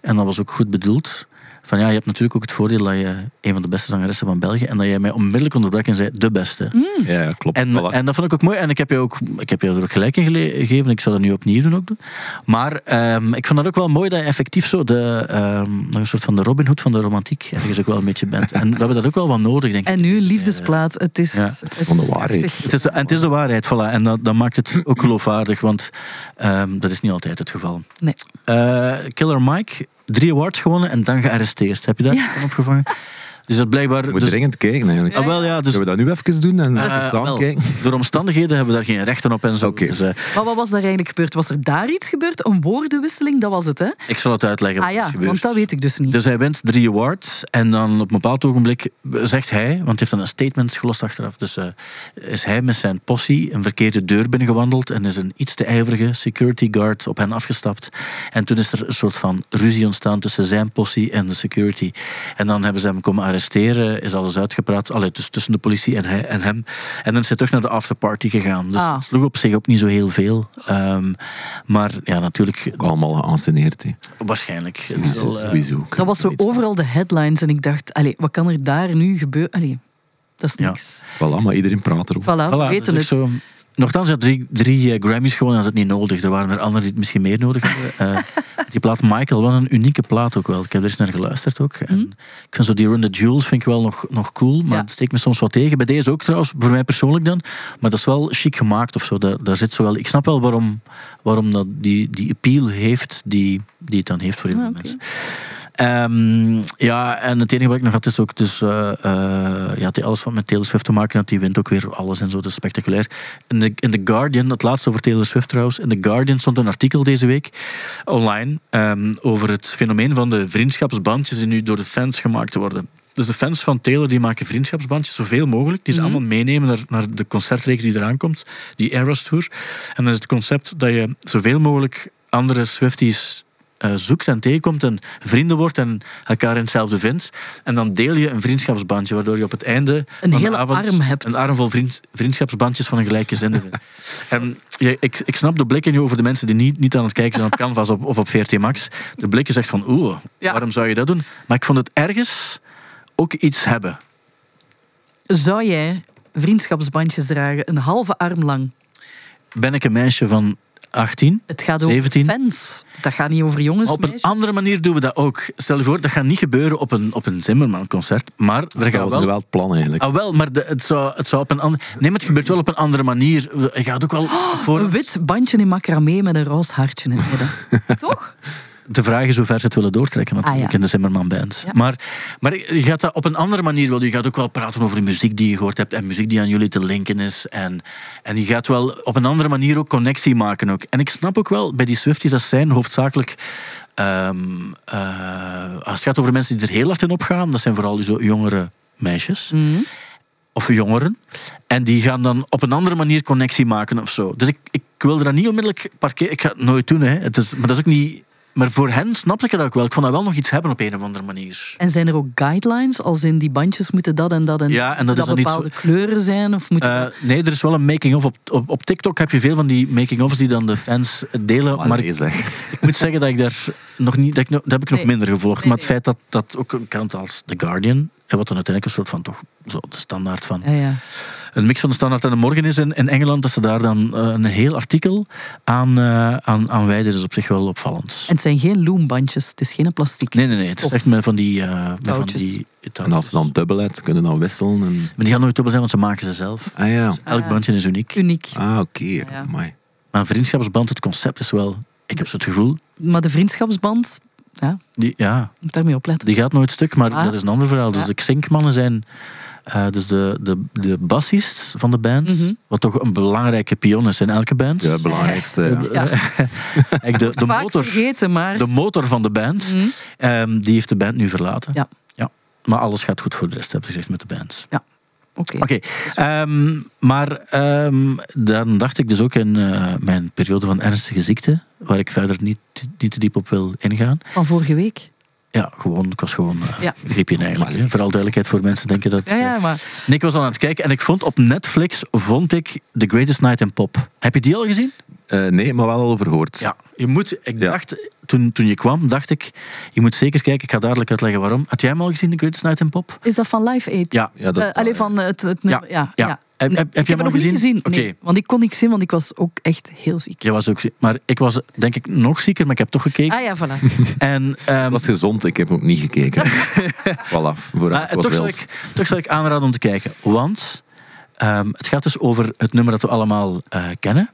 B: en dat was ook goed bedoeld. Van ja, je hebt natuurlijk ook het voordeel dat je een van de beste zangeressen van België en dat jij mij onmiddellijk onderbrak en zei de beste.
D: Hm. Ja, ja, klopt.
B: En,
D: Voilà.
B: en dat vond ik ook mooi. En ik heb je ook, ik heb jou er ook gelijk in gele- gegeven. Ik zou dat nu opnieuw doen. Ook doen. Maar ehm, ik vond dat ook wel mooi dat je effectief zo de, ehm, nog een soort van de Robin Hood van de romantiek ergens ook wel een beetje bent. En we hebben dat ook wel wat nodig, denk ik.
C: En nu, liefdesplaat. Het is...
B: Dus, eh, Ja.
D: Het is van de waarheid.
C: prachtig.
B: Het is de, en het is de waarheid, voilà. En dat, dat maakt het ook geloofwaardig, want ehm, dat is niet altijd het geval.
C: Nee.
B: Eh, Killer Mike, drie awards gewonnen en dan gearresteerd. Heb je daar
C: Ja.
B: van opgevangen? Dus dat blijkbaar...
D: Je moet
B: dus-
D: dringend kijken eigenlijk.
B: Ah, wel, ja, dus,
D: Zullen we dat nu even doen en
B: eh,
D: samen
B: wel,
D: kijken?
B: door omstandigheden hebben we daar geen rechten op en zo.
D: Oké.
B: Dus, eh,
C: Maar wat was daar eigenlijk gebeurd? Was er daar iets gebeurd? Een woordenwisseling, dat was het, hè?
B: ik zal het uitleggen wat
C: Ah
B: er is
C: ja,
B: gebeurd.
C: want dat weet ik dus niet.
B: Dus hij wint drie awards en dan op een bepaald ogenblik zegt hij, want hij heeft dan een statement gelost achteraf, dus eh, is hij met zijn possie een verkeerde deur binnengewandeld en is een iets te ijverige security guard op hen afgestapt. En toen is er een soort van ruzie ontstaan tussen zijn possie en de security. En dan hebben ze hem komen arresteren, is alles uitgepraat, allee, dus tussen de politie en, hij, en hem. En dan is hij terug naar de afterparty gegaan. Dus
C: Ah.
B: het sloeg op zich op niet zo heel veel. Ehm, maar ja, natuurlijk,
D: Ook allemaal geanceneerd. hè.
B: waarschijnlijk. Het
D: Dus,
B: zal, eh,
D: Sowieso.
C: Dat was zo
D: Iets van-
C: overal de headlines en ik dacht, allee, wat kan er daar nu gebeuren? Allee, dat is
B: Ja.
C: niks.
D: Voilà, maar iedereen praat erover.
C: Voilà, we
B: Voilà,
C: weten
B: dus
C: het.
B: ik Zo, nochtans, hij had drie, drie eh, Grammys gewonnen, had het niet nodig. Er waren er anderen die het misschien meer nodig hadden. Eh, die plaat Michael, wat een unieke plaat ook wel. Ik heb er eens naar geluisterd ook. En Ik vind zo die Run the Jewels vind ik wel nog, nog cool, maar
C: Hmm? Ja.
B: het steekt me soms wat tegen. Bij deze ook trouwens, voor mij persoonlijk dan. Maar dat is wel chic gemaakt of zo. Daar, daar zit zo wel, ik snap wel waarom, waarom dat die, die appeal heeft die, die het dan heeft voor heel veel
C: Ah, oké.
B: mensen. Ehm, ja, en het enige wat ik nog had is ook, dus, eh, eh, ja, het heeft alles wat met Taylor Swift te maken had, die wint ook weer alles en zo, dat is spectaculair. In The, in The Guardian, het laatste over Taylor Swift trouwens, in The Guardian stond een artikel deze week online ehm, over het fenomeen van de vriendschapsbandjes die nu door de fans gemaakt worden. Dus de fans van Taylor die maken vriendschapsbandjes zoveel mogelijk, die ze allemaal meenemen naar, naar de concertreeks die eraan komt, die Eras Tour. En dan is het concept dat je zoveel mogelijk andere Swifties eh, zoekt en tegenkomt en vrienden wordt en elkaar in hetzelfde vindt. En dan deel je een vriendschapsbandje, waardoor je op het einde
C: Een
B: van de
C: hele
B: avond
C: arm hebt.
B: Een arm vol vriend, vriendschapsbandjes van een gelijke zin. en je- ik, ik snap de blikken nu over de mensen die niet, niet aan het kijken zijn op Canvas op, of op VRT Max. De blikken zegt van, oeh,
C: Ja.
B: waarom zou je dat doen? Maar ik vond het ergens ook iets hebben.
C: Zou jij vriendschapsbandjes dragen, een halve arm lang?
B: Ben ik een meisje van 18?
C: Het gaat over
B: 17?
C: fans. Dat gaat niet over jongens,
B: Op een
C: meisjes.
B: andere manier doen we dat ook. Stel je voor, dat gaat niet gebeuren op een, op een Zimmerman-concert. Maar er
D: Dat
B: gaat
D: was
B: wel
D: nu wel het plan eigenlijk.
B: Ah, wel, maar de- het, zou, het zou op een andere... Nee, maar het gebeurt wel op een andere manier.
C: Oh,
B: Je gaat ook wel voor...
C: Een wit bandje in macramé met een roze hartje in het midden. Toch?
B: de vraag is hoe ver ze het willen doortrekken natuurlijk
C: Ah, ja.
B: in de Zimmerman Band.
C: Ja.
B: Maar, maar je gaat dat op een andere manier wel. Je gaat ook wel praten over muziek die je gehoord hebt en muziek die aan jullie te linken is. En, en je gaat wel op een andere manier ook connectie maken. Ook. En ik snap ook wel, bij die Swifties, dat zijn hoofdzakelijk... ehm, eh, als het gaat over mensen die er heel hard in opgaan, dat zijn vooral zo jongere meisjes
C: Mhm.
B: of jongeren. En die gaan dan op een andere manier connectie maken of zo. Dus ik, ik wil dat niet onmiddellijk parkeren. Ik ga het nooit doen, hè. Het is, maar dat is ook niet... Maar voor hen snapte ik dat ook wel. Ik vond dat wel nog iets hebben op een of andere manier.
C: En zijn er ook guidelines, als in die bandjes moeten dat en dat en
B: Ja, en dat
C: moeten
B: is dan niet
C: bepaalde kleuren zijn? Of moeten
B: Eh, nee, er is wel een making-of. Op, op, op TikTok heb je veel van die making-ofs die dan de fans delen.
D: Maar,
B: maar
D: nee,
B: ik,
D: zeg.
B: ik moet zeggen dat ik daar nog niet... Dat, ik, nog- dat heb ik nog
C: Nee.
B: minder gevolgd.
C: Nee,
B: maar het
C: nee.
B: feit dat, dat ook een krant als The Guardian... En wat dan uiteindelijk een soort van toch zo de standaard van...
C: Ja, ja.
B: een mix van de Standaard en de Morgen is in, in Engeland, dat ze daar dan eh, een heel artikel aan, eh aan, aan wijden, is op zich wel opvallend.
C: En het zijn geen loombandjes, het is geen plastic.
B: Nee, nee, nee. Het is
C: stof.
B: echt met van die... eh met van
C: Touwtjes.
B: die touwtjes.
D: En als ze dan dubbel uit, kunnen dan wisselen. En...
B: Maar die gaan nooit dubbel zijn, want ze maken ze zelf.
D: Ah ja.
B: Elk
C: Ah.
B: bandje is uniek.
C: Uniek.
D: Ah, oké.
C: Ja.
D: Amai.
B: Maar een vriendschapsband, het concept is wel... Ik heb zo het gevoel...
C: Maar de vriendschapsband, ja,
B: Die, ja,
C: moet daarmee opletten.
B: die gaat nooit stuk, maar
C: Ah.
B: dat is een ander verhaal. Dus
C: Ja.
B: de Xinkmannen zijn... eh, dus de, de, de bassist van de band,
C: Mhm.
B: wat toch een belangrijke pion is in elke band.
D: Ja, het belangrijkste. ja.
C: Ja,
B: Eigenlijk de, de
C: vaak
B: motor.
C: vergeten, maar...
B: de motor van de band,
C: Mhm.
B: ehm, die heeft de band nu verlaten.
C: Ja.
B: Maar alles gaat goed voor de rest, heb ik gezegd, met de band.
C: Oké.
B: Oké, ehm, maar ehm, dan dacht ik dus ook in eh, mijn periode van ernstige ziekte, waar ik verder niet, niet te diep op wil ingaan.
C: Van vorige week.
B: Ja, gewoon, ik was gewoon eh,
C: Ja.
B: griepje eigenlijk. hè. Vooral duidelijkheid voor mensen denken dat...
C: Ja, ja, maar...
B: Nee, ik was al aan het kijken en ik vond op Netflix, vond ik The Greatest Night in Pop. Heb je die al gezien?
D: Eh, nee, maar wel al verhoord.
B: Ja, je moet, ik
D: Ja.
B: dacht, toen, toen je kwam, dacht ik, je moet zeker kijken, ik ga dadelijk uitleggen waarom. Had jij hem al gezien, The Greatest Night in Pop?
C: Is dat van Live Aid?
B: Ja.
D: Ja, dat-
C: Eh, allee, van eh, het, het nummer. Ja.
B: ja. Heb- heb- heb
C: ik
B: je
C: heb
B: hem
C: het nog
B: al
C: niet
B: gezien?
C: gezien.
B: Oké.
C: Nee, want ik kon niks zien, want ik was ook echt heel ziek.
B: Jij was ook ziek. Maar ik was denk ik nog zieker, maar ik heb toch gekeken.
C: Ah ja, voilà.
B: En, ehm,
D: Ik was gezond, ik heb ook niet gekeken. voilà,
B: maar eh,
D: vooruit wat
B: toch, zou
D: wils.
B: ik, toch zou ik aanraden om te kijken. Want ehm, het gaat dus over het nummer dat we allemaal eh, kennen.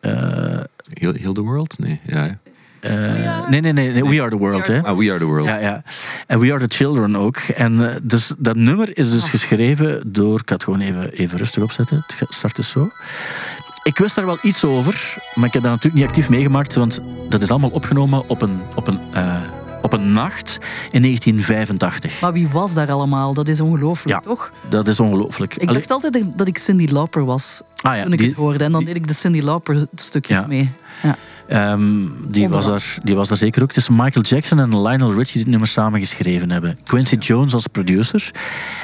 B: Eh,
D: Heel, heel the world? Nee. Ja, ja.
B: eh, nee, nee, nee, nee, We Are The World. Hè.
D: Ah, we are the world.
B: Ja, ja. En We Are The Children ook. En eh, dus, dat nummer is dus
C: Ah.
B: geschreven door... Ik ga het gewoon even, even rustig opzetten. Het ga- start dus zo. Ik wist daar wel iets over, maar ik heb dat natuurlijk niet actief meegemaakt, want dat is allemaal opgenomen op een, op een, eh, op een nacht in 1985.
C: Maar wie was daar allemaal? Dat is ongelooflijk,
B: Ja.
C: toch?
B: Dat is ongelooflijk.
C: Ik
B: Allee-
C: dacht altijd dat ik Cindy Lauper was
B: ah, ja,
C: toen ik
B: die-
C: het hoorde. En dan deed ik de Cindy Lauper stukjes
B: Ja.
C: mee. Ja.
B: Ehm, die, was daar, die was daar zeker ook. Het is Michael Jackson en Lionel Richie die het nummer samen geschreven hebben. Quincy Jones als producer.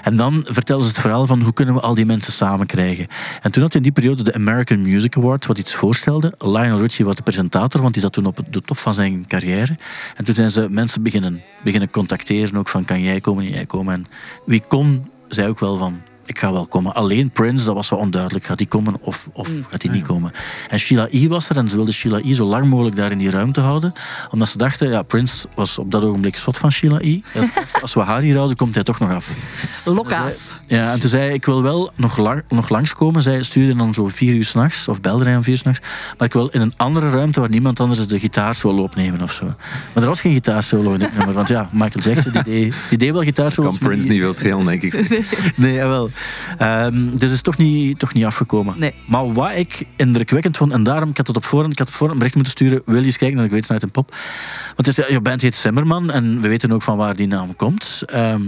B: En dan vertellen ze het verhaal van hoe kunnen we al die mensen samen krijgen. En toen had in die periode de American Music Award wat iets voorstelde. Lionel Richie was de presentator, want die zat toen op de top van zijn carrière. En toen zijn ze mensen beginnen, beginnen contacteren ook van kan jij komen, kan jij komen. En wie kon, zei ook wel van ik ga wel komen. Alleen Prince, dat was wel onduidelijk. Gaat hij komen of, of gaat hij niet komen? En Sheila E. was er en ze wilden Sheila E. zo lang mogelijk daar in die ruimte houden. Omdat ze dachten, ja, Prince was op dat ogenblik zot van Sheila E. En ze dachten, Als we haar hier houden, komt hij toch nog af.
C: Lokka's.
B: Ja, en toen zei hij, ik wil wel nog, lang, nog langskomen. Zij stuurde dan zo vier uur s'nachts, of belde hij om vier uur s'nachts. Maar ik wil in een andere ruimte waar niemand anders de gitaarsolo opnemen of zo. Maar er was geen gitaarsolo in het nummer. Want ja, Michael Jackson, die deed, die deed wel gitaarsolo.
D: Kan Prince niet veel schelen, denk ik.
B: Nee, jawel. Ehm, dus het is toch niet, toch niet afgekomen.
C: Nee.
B: Maar wat ik indrukwekkend vond, en daarom, ik had het op voorhand, ik had op voorhand een bericht moeten sturen, wil je eens kijken naar de Great uit een Pop? Want het is, ja, je band heet Zimmerman, en we weten ook van waar die naam komt. Ehm,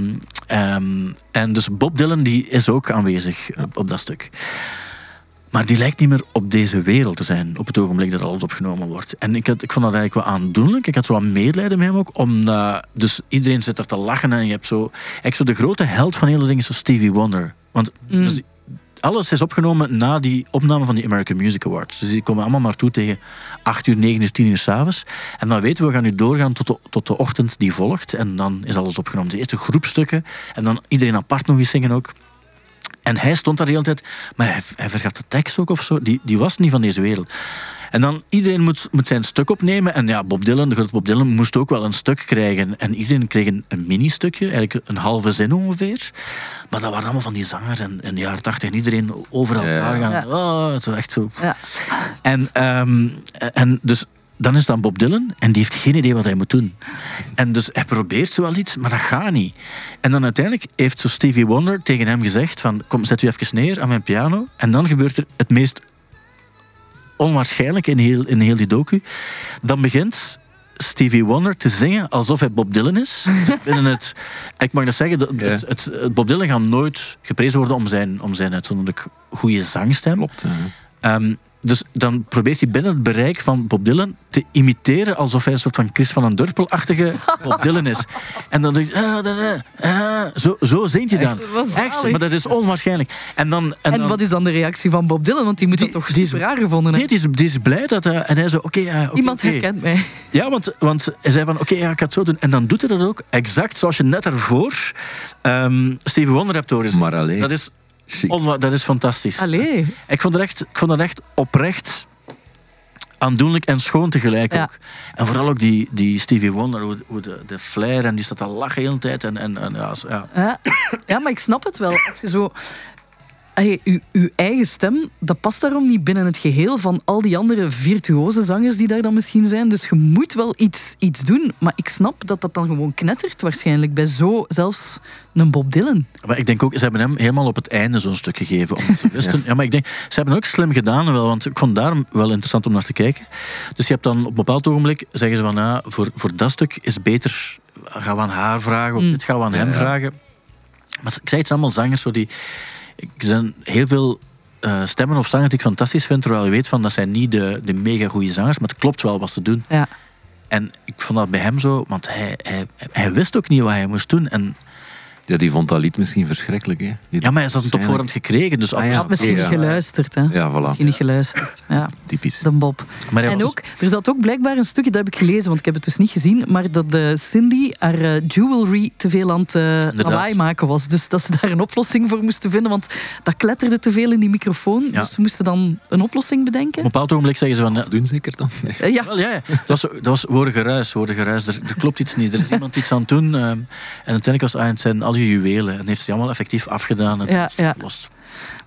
B: ehm, en dus Bob Dylan, die is ook aanwezig op, op dat stuk. Maar die lijkt niet meer op deze wereld te zijn op het ogenblik dat alles opgenomen wordt. En ik, had, ik vond dat eigenlijk wel aandoenlijk. Ik had zo wat medelijden met hem ook. Omdat, dus iedereen zit er te lachen en je hebt zo... Eigenlijk zo de grote held van hele dingen is zo Stevie Wonder. Want dus die- alles is opgenomen na die opname van die American Music Awards. Dus die komen allemaal maar toe tegen 8 uur, 9 uur, 10 uur s'avonds. En dan weten we, we gaan nu doorgaan tot de, tot de ochtend die volgt. En dan is alles opgenomen. De eerste groepstukken. En dan iedereen apart nog eens zingen ook. En hij stond daar de hele tijd, maar hij, hij vergat de tekst ook of zo. Die, die was niet van deze wereld. En dan, iedereen moet, moet zijn stuk opnemen. En ja, Bob Dylan, de grote Bob Dylan, moest ook wel een stuk krijgen. En iedereen kreeg een, een mini-stukje, eigenlijk een halve zin ongeveer. Maar dat waren allemaal van die zangers en in de jaren tachtig. En iedereen over elkaar gaan.
D: Ja.
C: Ja.
B: Oh, het was echt zo.
C: Ja.
B: En, ehm, en dus dan is dan Bob Dylan en die heeft geen idee wat hij moet doen. En dus hij probeert zo wel iets, maar dat gaat niet. En dan uiteindelijk heeft zo Stevie Wonder tegen hem gezegd van kom, zet u even neer aan mijn piano. En dan gebeurt er het meest onwaarschijnlijk in heel, in heel die docu. Dan begint Stevie Wonder te zingen alsof hij Bob Dylan is. Binnen het, ik mag dat zeggen, dat-
D: Ja.
B: het, het, het Bob Dylan gaat nooit geprezen worden om zijn, om zijn uitzonderlijk goede zangstem.
D: Klopt. hè.
B: Ehm, dus dan probeert hij binnen het bereik van Bob Dylan te imiteren alsof hij een soort van Chris van den Durpel-achtige Bob Dylan is. En dan denk je, ah, da, da, ah. zo, zo zingt hij dan.
C: Echt? Wat
B: Echt,
C: zalig.
B: maar dat is onwaarschijnlijk. En, dan, en,
C: En
B: dan-
C: wat is dan de reactie van Bob Dylan? Want die moet dat toch
B: die is-
C: super raar gevonden
B: Nee,
C: hebben.
B: die is, die is blij dat hij... En hij zei, oké, ja, oké,
C: Iemand
B: oké.
C: herkent mij.
B: Ja, want, want hij zei van, oké, ja, ik ga het zo doen. En dan doet hij dat ook exact zoals je net daarvoor ehm Stevie Wonder hebt horen zingen.
D: Eh, Maar alleen.
B: Dat is,
D: Chic.
B: onwa- dat is fantastisch.
C: Allee.
B: Ik vond, dat echt, ik vond dat echt oprecht aandoenlijk en schoon tegelijk
C: Ja.
B: ook. En vooral ook die, die Stevie Wonder, hoe, hoe de, de flair en die staat te lachen de hele tijd. En, en, en ja, zo- ja.
C: Ja. ja, maar ik snap het wel. Als je zo... Allee, uw, uw eigen stem, dat past daarom niet binnen het geheel van al die andere virtuoze zangers die daar dan misschien zijn. Dus je moet wel iets, iets doen. Maar ik snap dat dat dan gewoon knettert waarschijnlijk bij zo zelfs een Bob Dylan.
B: Maar ik denk ook, ze hebben hem helemaal op het einde zo'n stuk gegeven. Omdat ze wisten. ja. maar ik denk, ze hebben het ook slim gedaan wel, want ik vond daarom wel interessant om naar te kijken. Dus je hebt dan op een bepaald ogenblik, zeggen ze van, ah, voor, voor dat stuk is beter, gaan we aan haar vragen, of dit gaan we aan hem
D: Mm. Ja, ja.
B: vragen. Maar ik zei het zijn allemaal zangers, zo die, er zijn heel veel eh, stemmen of zangers die ik fantastisch vind, terwijl je weet van, dat zijn niet de, de mega goede zangers, maar het klopt wel wat ze doen.
C: Ja.
B: En ik vond dat bij hem zo, want hij, hij, hij wist ook niet wat hij moest doen. En,
D: Ja, die vond dat lied misschien verschrikkelijk. Hè? Die-
B: ja, maar hij had het op voorhand gekregen, dus
D: Ah, ja.
C: Hij had misschien
D: oké,
C: niet
D: ja.
C: geluisterd, hè?
D: Ja, voilà.
C: Misschien niet geluisterd. Ja,
D: Typisch.
C: de Bob.
B: Maar hij
C: en
B: was-
C: ook, er zat ook blijkbaar een stukje, dat heb ik gelezen, want ik heb het dus niet gezien, maar dat de Cindy haar eh, jewelry te veel aan het eh, lawaai maken was. Dus dat ze daar een oplossing voor moesten vinden, want dat kletterde te veel in die microfoon.
B: Ja.
C: Dus ze moesten dan een oplossing bedenken.
B: Op een bepaald ogenblik zeggen ze van... ja,
D: Doen zeker dan? Nee.
C: Eh, ja,
B: Wel, ja, ja. Dat, was, dat was woorden geruis, woorden geruis. Er, er klopt iets niet, er is iemand iets aan het doen. ehm, en uiteindelijk was ah, het zijn al je juwelen. En heeft ze die allemaal effectief afgedaan en
C: Ja, ja.
B: los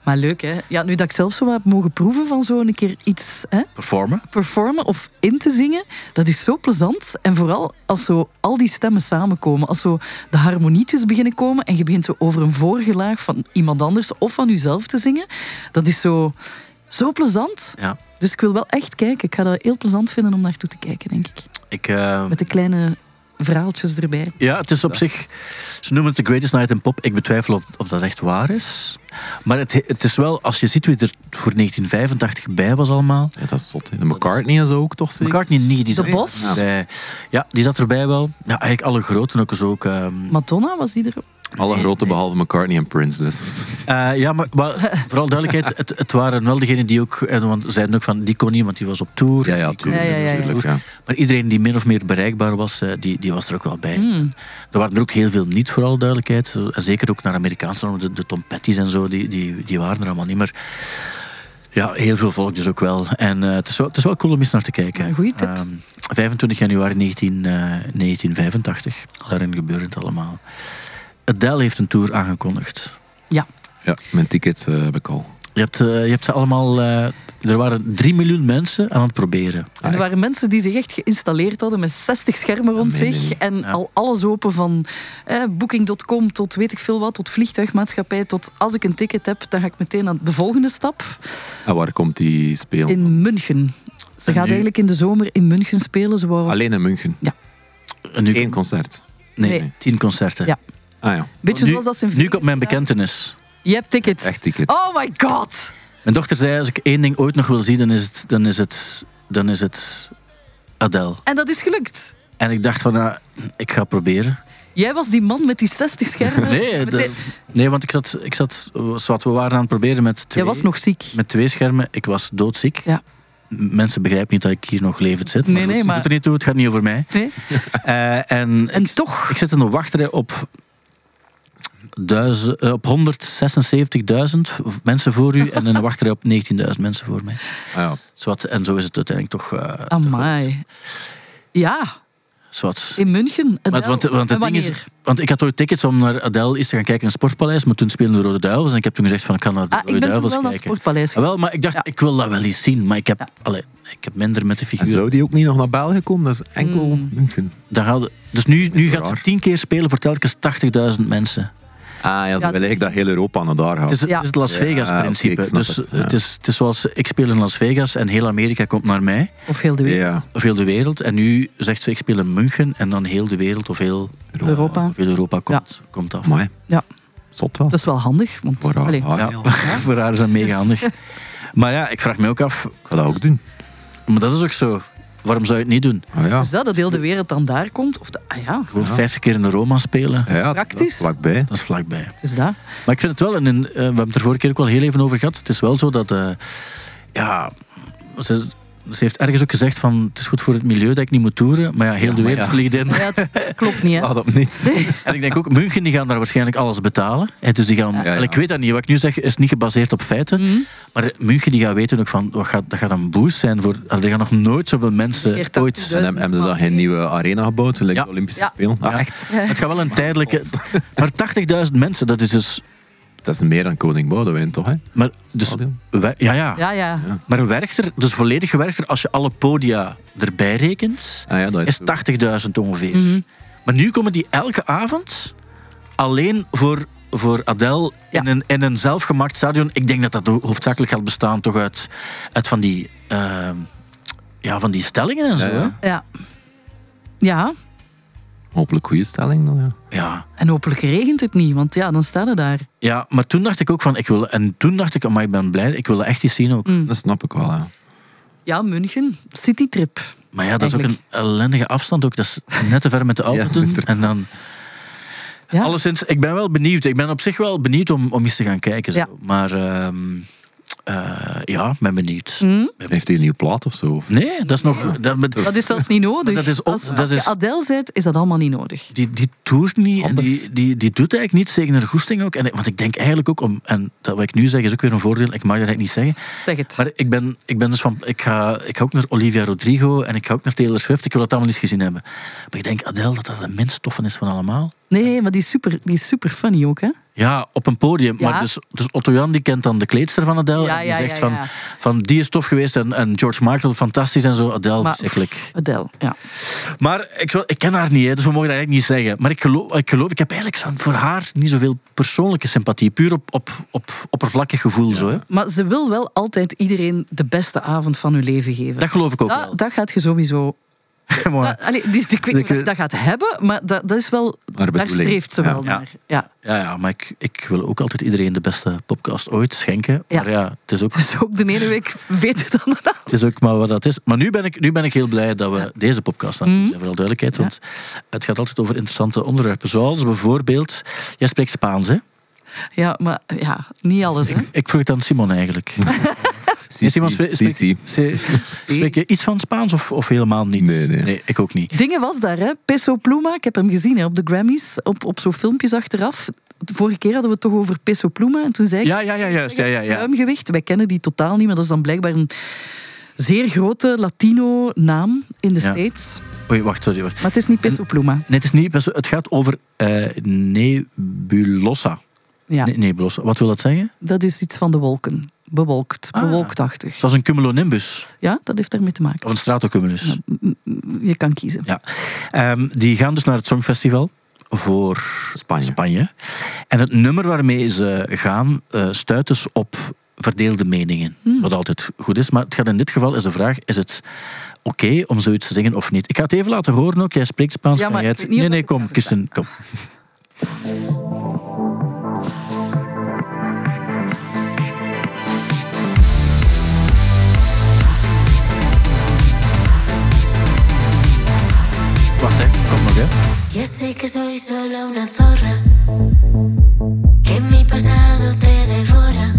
C: maar leuk hè. Ja, nu dat ik zelf zo wat heb mogen proeven van zo een keer iets hè,
B: performen.
C: performen of in te zingen, dat is zo plezant. En vooral als zo al die stemmen samenkomen, als zo de harmonietjes beginnen komen en je begint zo over een vorige laag van iemand anders of van jezelf te zingen, dat is zo, zo plezant.
B: Ja.
C: Dus ik wil wel echt kijken. Ik ga dat heel plezant vinden om naartoe te kijken, denk ik.
B: Ik, eh,
C: Met de kleine verhaaltjes erbij.
B: ja, het is op zich... Ze noemen het The Greatest Night in Pop. Ik betwijfel of, of dat echt waar is. Maar het, het is wel, als je ziet wie er voor 1985 bij was allemaal...
D: Ja, dat is zot. hè. De McCartney en zo ook toch zeker?
B: McCartney niet, die
C: De
B: zat
C: Bos?
B: erbij. Ja, die zat erbij wel. Ja, eigenlijk alle groten ook. Dus ook ehm,
C: Madonna was die er.
D: Alle grote behalve McCartney en Prince dus.
B: Eh, ja, maar, maar vooral duidelijkheid, het, het waren wel degenen die ook, eh, want ze zeiden ook van, die kon niet, want die was op tour.
D: Ja,
B: Die
D: ja,
B: kon
D: tuurlijk.
C: Ja, ja, ja, ja.
D: natuurlijk, ja.
B: Maar iedereen die min of meer bereikbaar was, eh, die, die was er ook wel bij.
C: Hmm.
B: Er waren er ook heel veel niet, vooral duidelijkheid. En zeker ook naar Amerikaanse landen, de, de Tom Petty's en zo, die, die, die waren er allemaal niet. Maar ja, heel veel volk dus ook wel. En eh, het, is wel, het is wel cool om eens naar te kijken.
C: Een goeie tip.
B: Ehm, 25 januari 19, eh, 1985, daarin gebeurde het allemaal. Adele heeft een tour aangekondigd.
C: Ja.
D: Ja, mijn ticket eh, heb ik al.
B: Je hebt, eh, je hebt ze allemaal. eh, er waren 3 miljoen mensen aan het proberen.
C: En er waren mensen die zich echt geïnstalleerd hadden met 60 schermen rond
B: Ah,
D: meen je
C: zich.
D: niet.
C: En al alles open van eh, booking.com tot weet ik veel wat, tot vliegtuigmaatschappij, tot als ik een ticket heb, dan ga ik meteen naar de volgende stap
D: En waar komt die speel?
C: in München. Ze
B: En
C: gaat
B: nu?
C: eigenlijk in de zomer in München spelen. Ze wou
D: Alleen in München.
B: En nu,
D: Eén concert.
B: nee,
C: nee.
B: 10 concerten.
C: Ja.
D: Ah ja.
C: beetje
B: nu,
C: zoals dat ze in
B: nu komt mijn
C: Venetië-
B: bekentenis.
C: Je hebt tickets.
D: Echt ticket.
C: Oh my god.
B: Mijn dochter zei: als ik één ding ooit nog wil zien, dan is het, dan is het, dan is het Adele.
C: En dat is gelukt.
B: En ik dacht van, nou, ik ga het proberen.
C: Jij was die man met die 60 schermen.
B: Nee,
C: Met
B: de-
C: die-
B: nee want ik zat, ik zat, zowat, we waren aan het proberen met twee,
C: Jij was nog ziek.
B: met twee schermen. Ik was doodziek.
C: Ja.
B: M- Mensen begrijpen niet dat ik hier nog levend zit.
C: Nee,
B: goed,
C: nee,
B: dat
C: maar-
B: doet er niet toe, het gaat niet over mij.
C: Nee?
B: Eh, en
C: En toch.
B: Ik zit in de wachtrij op, duizen- eh, op 176.000 v- mensen voor u en in de wachtrij op 19.000 mensen voor mij.
D: Ah ja.
B: Zwat, en zo is het uiteindelijk toch. eh,
C: Amai. Ja.
B: toch Zwart.
C: In München.
B: Maar,
C: Adele,
B: want, want,
C: en
B: het ding is,
C: wanneer?
B: want ik had ooit tickets om naar Adele eens te gaan kijken in het Sportpaleis, maar toen speelden de Rode Duivels en ik heb toen gezegd van ik kan naar de
C: Ah,
B: Rode
C: ik ben toen
B: Duivels
C: wel naar het
B: kijken.
C: Sportpaleis
B: Ah, wel, maar ik dacht,
C: Ja.
B: ik wil dat wel eens zien, maar ik heb,
C: Ja.
B: allee, ik heb minder met de
D: En
B: figuur.
D: zou die ook niet nog naar België komen? Dat is enkel
C: Hmm.
D: München.
B: Daar hadden- dus nu, nu gaat ze
D: raar.
B: tien keer spelen voor telkens 80.000 mensen.
D: Ah ja, ze
C: het
D: willen
C: is-
D: eigenlijk dat heel Europa naar daar
B: Het
D: gaat.
B: is, het,
C: Ja.
B: is het Las
D: Ja,
B: Vegas-principe.
D: oké, ik snap
B: dus
D: het,
B: het,
D: ja.
B: is, het is zoals, ik speel in Las Vegas en heel Amerika komt naar mij,
C: Of heel de wereld.
D: Ja,
B: of heel de wereld. En nu zegt ze, ik speel in München en dan heel de wereld of heel,
C: Europa.
B: of heel Europa komt, komt af.
D: maar
C: Ja,
D: zot wel.
C: dat is wel handig. Want,
D: Voor haar- Ah,
C: allee,
D: haar
B: Ja,
D: heel.
B: voor haar is dat mega handig. Maar ja, ik vraag me ook af,
D: Ik ga dat ook doen.
B: Maar dat is ook zo. Waarom zou je het niet doen?
D: Ah, ja.
C: Is dat dat heel de wereld dan daar komt? Of de- ah ja,
B: Gewoon
D: Ja.
B: 50 keer in de Roma spelen.
D: Ja, ja, dat
C: Praktisch.
D: is vlakbij.
B: Dat is vlakbij.
C: het is dat.
B: Maar ik vind het wel, en in, eh, we hebben het er vorige keer ook wel heel even over gehad. Het is wel zo dat, eh, ja, ze, ze heeft ergens ook gezegd van het is goed voor het milieu dat ik niet moet toeren. Maar ja, heel de
D: maar
B: wereld
D: ja.
B: vliegt in.
C: Maar ja, het klopt niet, hè.
D: Ah, dat niet.
C: Nee.
B: En ik denk ook, München die gaan daar waarschijnlijk alles betalen. Hè, dus die gaan,
D: Ja, ja.
B: Ik weet dat niet, wat ik nu zeg is niet gebaseerd op feiten.
C: Mhm.
B: Maar München die gaat weten ook van, wat gaat, dat gaat een boost zijn. Voor, er gaan nog nooit zoveel mensen
C: Keer
B: ooit...
C: 80.000
D: En hebben hebben ze dan geen nieuwe arena gebouwd? Like
B: Ja.
D: de Olympische
C: Ja.
D: Spelen? Ah,
B: Ja.
D: echt?
B: Het gaat wel een tijdelijke... Maar 80.000 mensen, dat is dus
D: Dat is meer dan Koning Boudewijn, toch? Hè?
B: Maar, dus,
D: Stadion.
B: we- ja, ja.
C: Ja, ja.
B: maar Werchter, dus volledig Werchter, als je alle podia erbij rekent,
D: Ah, ja, dat
B: is
D: is
B: 80.000 ongeveer.
C: Mhm.
B: Maar nu komen die elke avond alleen voor, voor Adele
C: Ja.
B: in, een, in een zelfgemaakt stadion. Ik denk dat dat ho- hoofdzakelijk gaat bestaan toch uit, uit van, die, ehm, ja, van die stellingen en zo.
D: Ja, ja.
B: hè?
C: Ja. Ja,
D: hopelijk goede stelling. Dan, ja.
B: ja.
C: en hopelijk regent het niet, want ja, dan staan we daar.
B: Ja, maar toen dacht ik ook van, ik wil, en toen dacht ik, maar ik ben blij, ik wil dat echt iets zien
C: Mm. Hmm.
B: ook.
D: Dat snap ik wel. Ja.
C: Ja, München, citytrip.
B: Maar ja, dat is ook
C: Eigenlijk.
B: een ellendige afstand ook. Dat is net te ver met de auto
D: Ja,
B: doen.
D: inderdaad.
B: En dan,
C: Ja.
B: Alleszins, ik ben wel benieuwd. Ik ben op zich wel benieuwd om, om eens te gaan kijken. Zo.
C: Ja.
B: Maar ehm, eh, ja, ik ben benieuwd.
D: Heeft hij een nieuwe plaat of zo? Of?
B: Nee, dat is nog... Dat, met-
C: Mhm. Dat is zelfs niet nodig.
B: Dat is on-
C: Als
B: dat is-
C: je Adele zit, is dat allemaal niet nodig.
B: die, die toert niet en
D: Handig.
B: die, die, die doet eigenlijk niet, zeker naar goesting ook. En, ik- want ik denk eigenlijk ook om... En dat wat ik nu zeg is ook weer een voordeel. Ik mag dat eigenlijk niet zeggen.
C: Zeg het.
B: Maar ik ben, ik ben dus van... Ik ga, ik ga ook naar Olivia Rodrigo en ik ga ook naar Taylor Swift. Ik wil dat allemaal eens gezien hebben. Maar ik denk, Adele, dat dat de minst toffe is van allemaal.
C: Nee, maar die is super, die is super funny ook, hè?
B: Ja, op een podium.
C: Ja.
B: Maar dus, dus Otto Jan die kent dan de kleedster van Adele.
C: Ja,
B: en die
C: ja,
B: zegt
C: ja, ja.
B: Van, van die is tof geweest en, en George Michael fantastisch en zo. Adele
C: Maar-
B: verschrikkelijk.
C: Adele, ja.
B: Maar ik, zal- ik ken haar niet, hè, dus we mogen dat eigenlijk niet zeggen. Maar ik geloof, ik, geloof, ik heb eigenlijk zo'n- voor haar niet zoveel persoonlijke sympathie. Puur op, op, op oppervlakkig gevoel. Zo, hè.
C: Maar ze wil wel altijd iedereen de beste avond van hun leven geven.
B: Dat geloof ik ook
C: Dat,
B: wel.
C: dat gaat je sowieso.
B: Maar-
C: Dat, allee, die, die- ik weet niet
B: Ik-
C: of je dat gaat hebben, maar dat, dat is wel. Daar
D: bedoeling.
C: streeft ze
D: Ja.
C: wel
B: Ja.
C: naar. Ja.
B: ja, ja, maar ik, ik wil ook altijd iedereen de beste podcast ooit schenken.
C: Ja.
B: Maar ja, het is ook...
C: Dus ook de ene week beter dan de andere.
B: Het is ook maar wat dat is. Maar nu ben ik, nu ben ik heel blij dat we deze podcast
C: Mhm.
B: aan het doen zijn, vooral duidelijkheid. Want het gaat altijd over interessante onderwerpen. Zoals bijvoorbeeld, jij spreekt Spaans, hè?
C: Ja, maar ja, niet alles. Hè?
B: Ik vroeg het aan Simon eigenlijk.
C: Ah,
D: Si,
B: Simon,
D: si,
B: spreek,
D: si,
B: spreek,
D: si.
B: spreek- spreek je iets van Spaans of, of helemaal niet?
D: Nee, nee.
B: ik ook niet.
C: Dingen was daar, hè? Peso Pluma, ik heb hem gezien hè, op de Grammys, op, op zo'n filmpjes achteraf. De vorige keer hadden we het toch over Peso Pluma en toen zei ik.
B: Ja, ja, ja, juist. Ja, ja, ja.
C: Ruimgewicht, wij kennen die totaal niet, maar dat is dan blijkbaar een zeer grote Latino-naam in de
B: Ja.
C: States.
B: Oei, wacht, sorry. Wacht.
C: Maar het is niet Peso Pluma.
B: Nee, het is niet... Het gaat over eh, nebulosa.
C: Ja.
B: Ne- nebulosa. Wat wil dat zeggen?
C: Dat is iets van de wolken. Bewolkt,
B: Ah.
C: bewolktachtig.
B: Zoals een cumulonimbus.
C: Ja, dat heeft daarmee te maken.
B: Of een stratocumulus.
C: Je kan kiezen.
B: Ja. Ehm, die gaan dus naar het Songfestival voor
D: Spanje.
B: Spanje. En het nummer waarmee ze gaan eh, stuit dus op verdeelde meningen. Wat altijd goed is. Maar het gaat in dit geval is de vraag, is het oké om zoiets te zingen of niet? Ik ga het even laten horen ook. Jij spreekt Spaans.
C: Ja,
B: kan
C: maar
B: jij
C: ik
B: het-
C: weet niet
B: Nee,
C: of ik
B: nee,
C: het
B: kom,
C: ga verstaan.
B: Kirsten, kom. Wacht, hè. Kom nog, hè.
E: Yo sé que soy solo una zorra, que mi pasado te devora.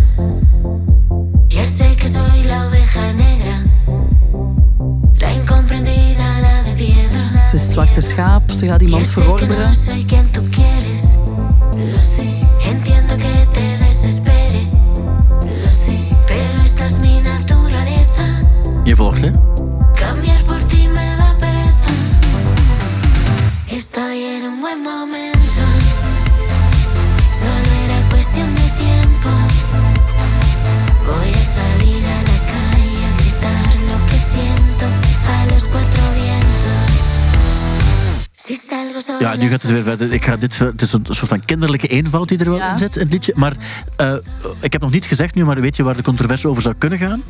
E: Ya sé que soy la oveja negra, la incomprendida, la de piedra.
C: Ze is zwarte schaap, ze gaat
E: Yo
C: iemand
E: sé que
C: verorberen.
E: no soy quien tú quieres, lo sé. Entiendo que te desespere, lo sé. Pero esta es mi naturaleza.
B: Je volgt, hè.
E: Cambiar por ti me da pereza.
B: Ja, nu gaat het weer verder. Ik ga dit, ver- het is een soort van kinderlijke eenvoud die er wel
C: Ja.
B: in zit, het liedje. Maar eh, ik heb nog niets gezegd nu, maar weet je waar de controverse over zou kunnen gaan?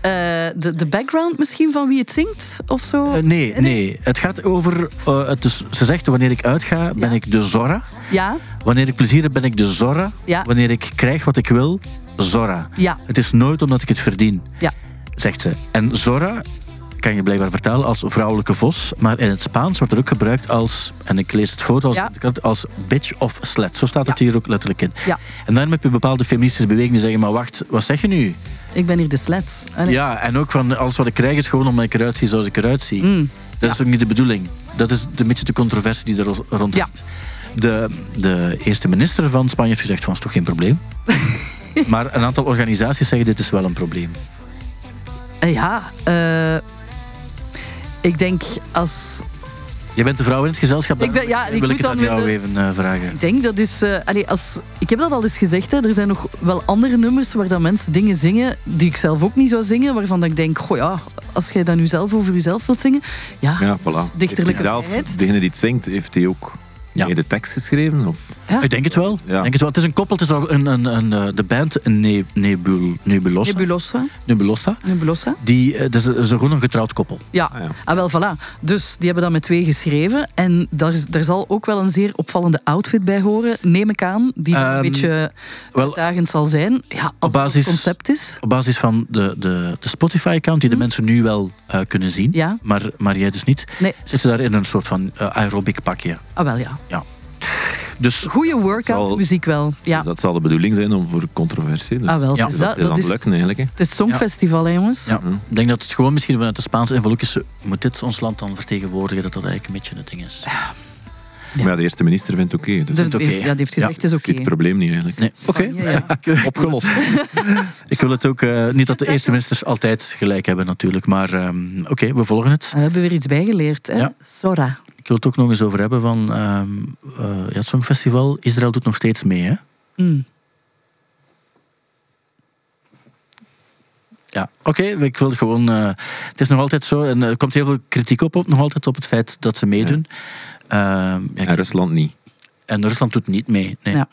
C: Eh, de, de background misschien van wie het zingt of zo?
B: Eh, nee, nee. Het gaat over... eh, het is, ze zegt, wanneer ik uitga, ben
C: Ja.
B: ik de Zorra.
C: Ja,
B: Wanneer ik plezier heb, ben ik de Zorra.
C: Ja.
B: Wanneer ik krijg wat ik wil, Zorra.
C: Ja.
B: Het is nooit omdat ik het verdien,
C: ja.
B: zegt ze. En Zorra kan je blijkbaar vertalen als vrouwelijke vos, maar in het Spaans wordt er ook gebruikt als, en ik lees het voor zoals
C: Ja.
B: het komt, als bitch of slut. Zo staat het hier ook letterlijk in.
C: Ja.
B: En daarom heb je bepaalde feministische bewegingen die zeggen, maar wacht, wat zeg je nu?
C: Ik ben hier de slets. Allee.
B: Ja, en ook van alles wat ik krijg is gewoon omdat ik eruit zie zoals ik eruit zie.
C: Mm.
B: Dat is ook niet de bedoeling. Dat is een beetje de controverse die er ro- rond
C: Ja.
B: hangt. De, de eerste minister van Spanje heeft gezegd van, is toch geen probleem? maar een aantal organisaties zeggen, dit is wel een probleem.
C: Eh, ja eh, ik denk als...
B: Je bent de vrouw in het gezelschap,
C: Ik ben-
B: daarom
C: ja, ik
B: wil
C: moet
B: ik het aan
C: dan
B: jou
C: weer
B: even eh, vragen.
C: Ik denk dat is... eh, allee, als, ik heb dat al eens gezegd, hè, er zijn nog wel andere nummers waar dat mensen dingen zingen die ik zelf ook niet zou zingen, waarvan dat ik denk, goh ja, als jij dat nu zelf over jezelf wilt zingen, ja,
D: Ja,
C: dat is
D: voilà. Heeft hij
C: dichterlijke
D: zelf,
C: vrijheid.
D: degene die het zingt, heeft hij ook
B: Ja.
D: mee de tekst geschreven? Of?
C: Ja.
B: Ik denk het wel.
D: Ja.
B: Ik Denk het, wel. het is een koppel, het is al een, een, een, eh, de band Ne- Nebul, Nebulosa,
C: Nebulosa.
B: Nebulosa.
C: Nebulosa.
B: Die, eh, dat is een- zo gewoon een getrouwd koppel.
C: Ja,
D: Ah, ja.
C: ah, wel, voilà. Dus die hebben dat met twee geschreven. En daar, is- daar zal ook wel een zeer opvallende outfit bij horen, neem ik aan. Die dan een
B: Ehm,
C: beetje
B: wel-
C: uitdagend zal zijn. Ja, als dat
B: basis-
C: het concept is.
B: Op basis van de, de, de Spotify-account, die de mensen nu wel eh, kunnen zien,
C: Mhm. Ja.
B: maar, maar jij dus niet,
C: Nee.
B: zit ze daar in een soort van eh, aerobic pakje.
C: Ah, wel, ja.
B: Dus
C: Goeie workout
D: zal-
C: muziek wel. Ja,
D: Dus dat zal de bedoeling zijn om voor controversie. Dus
C: ah, wel. het
B: Ja,
C: is
D: Dat,
C: dat,
D: is
C: dat
D: aan
C: is,
D: het lukken eigenlijk. Hè.
C: het is het Songfestival, hè, jongens.
B: ja, ik denk dat het gewoon misschien vanuit de Spaanse invalhoek is, moet dit ons land dan vertegenwoordigen, dat dat eigenlijk een beetje het ding
C: Eh,
B: is.
D: Maar ja, de eerste minister vindt het oké. dus
C: De-
D: ik
B: oké,
C: eerst- ja,
B: hè?
C: die heeft gezegd,
B: Ja,
C: het is oké.
D: zie het probleem niet eigenlijk.
B: Nee, oké.
C: Spanje, ja.
D: Opgelost.
B: Ik wil het ook eh, niet dat de eerste ministers altijd gelijk hebben natuurlijk, maar ehm, oké, we volgen het.
C: We hebben weer iets bijgeleerd, hè.
B: Ja.
C: Sora.
B: Ik wil het ook nog eens over hebben van ehm eh, ja, het Songfestival. Israël doet nog steeds mee, hè?
C: Mm.
B: Ja, oké, ik wil gewoon... eh, het is nog altijd zo, en eh, er komt heel veel kritiek op, op nog altijd op het feit dat ze meedoen. Ehm, ja, ik-
D: En Rusland niet.
B: en Rusland doet niet mee, nee.
C: Ja.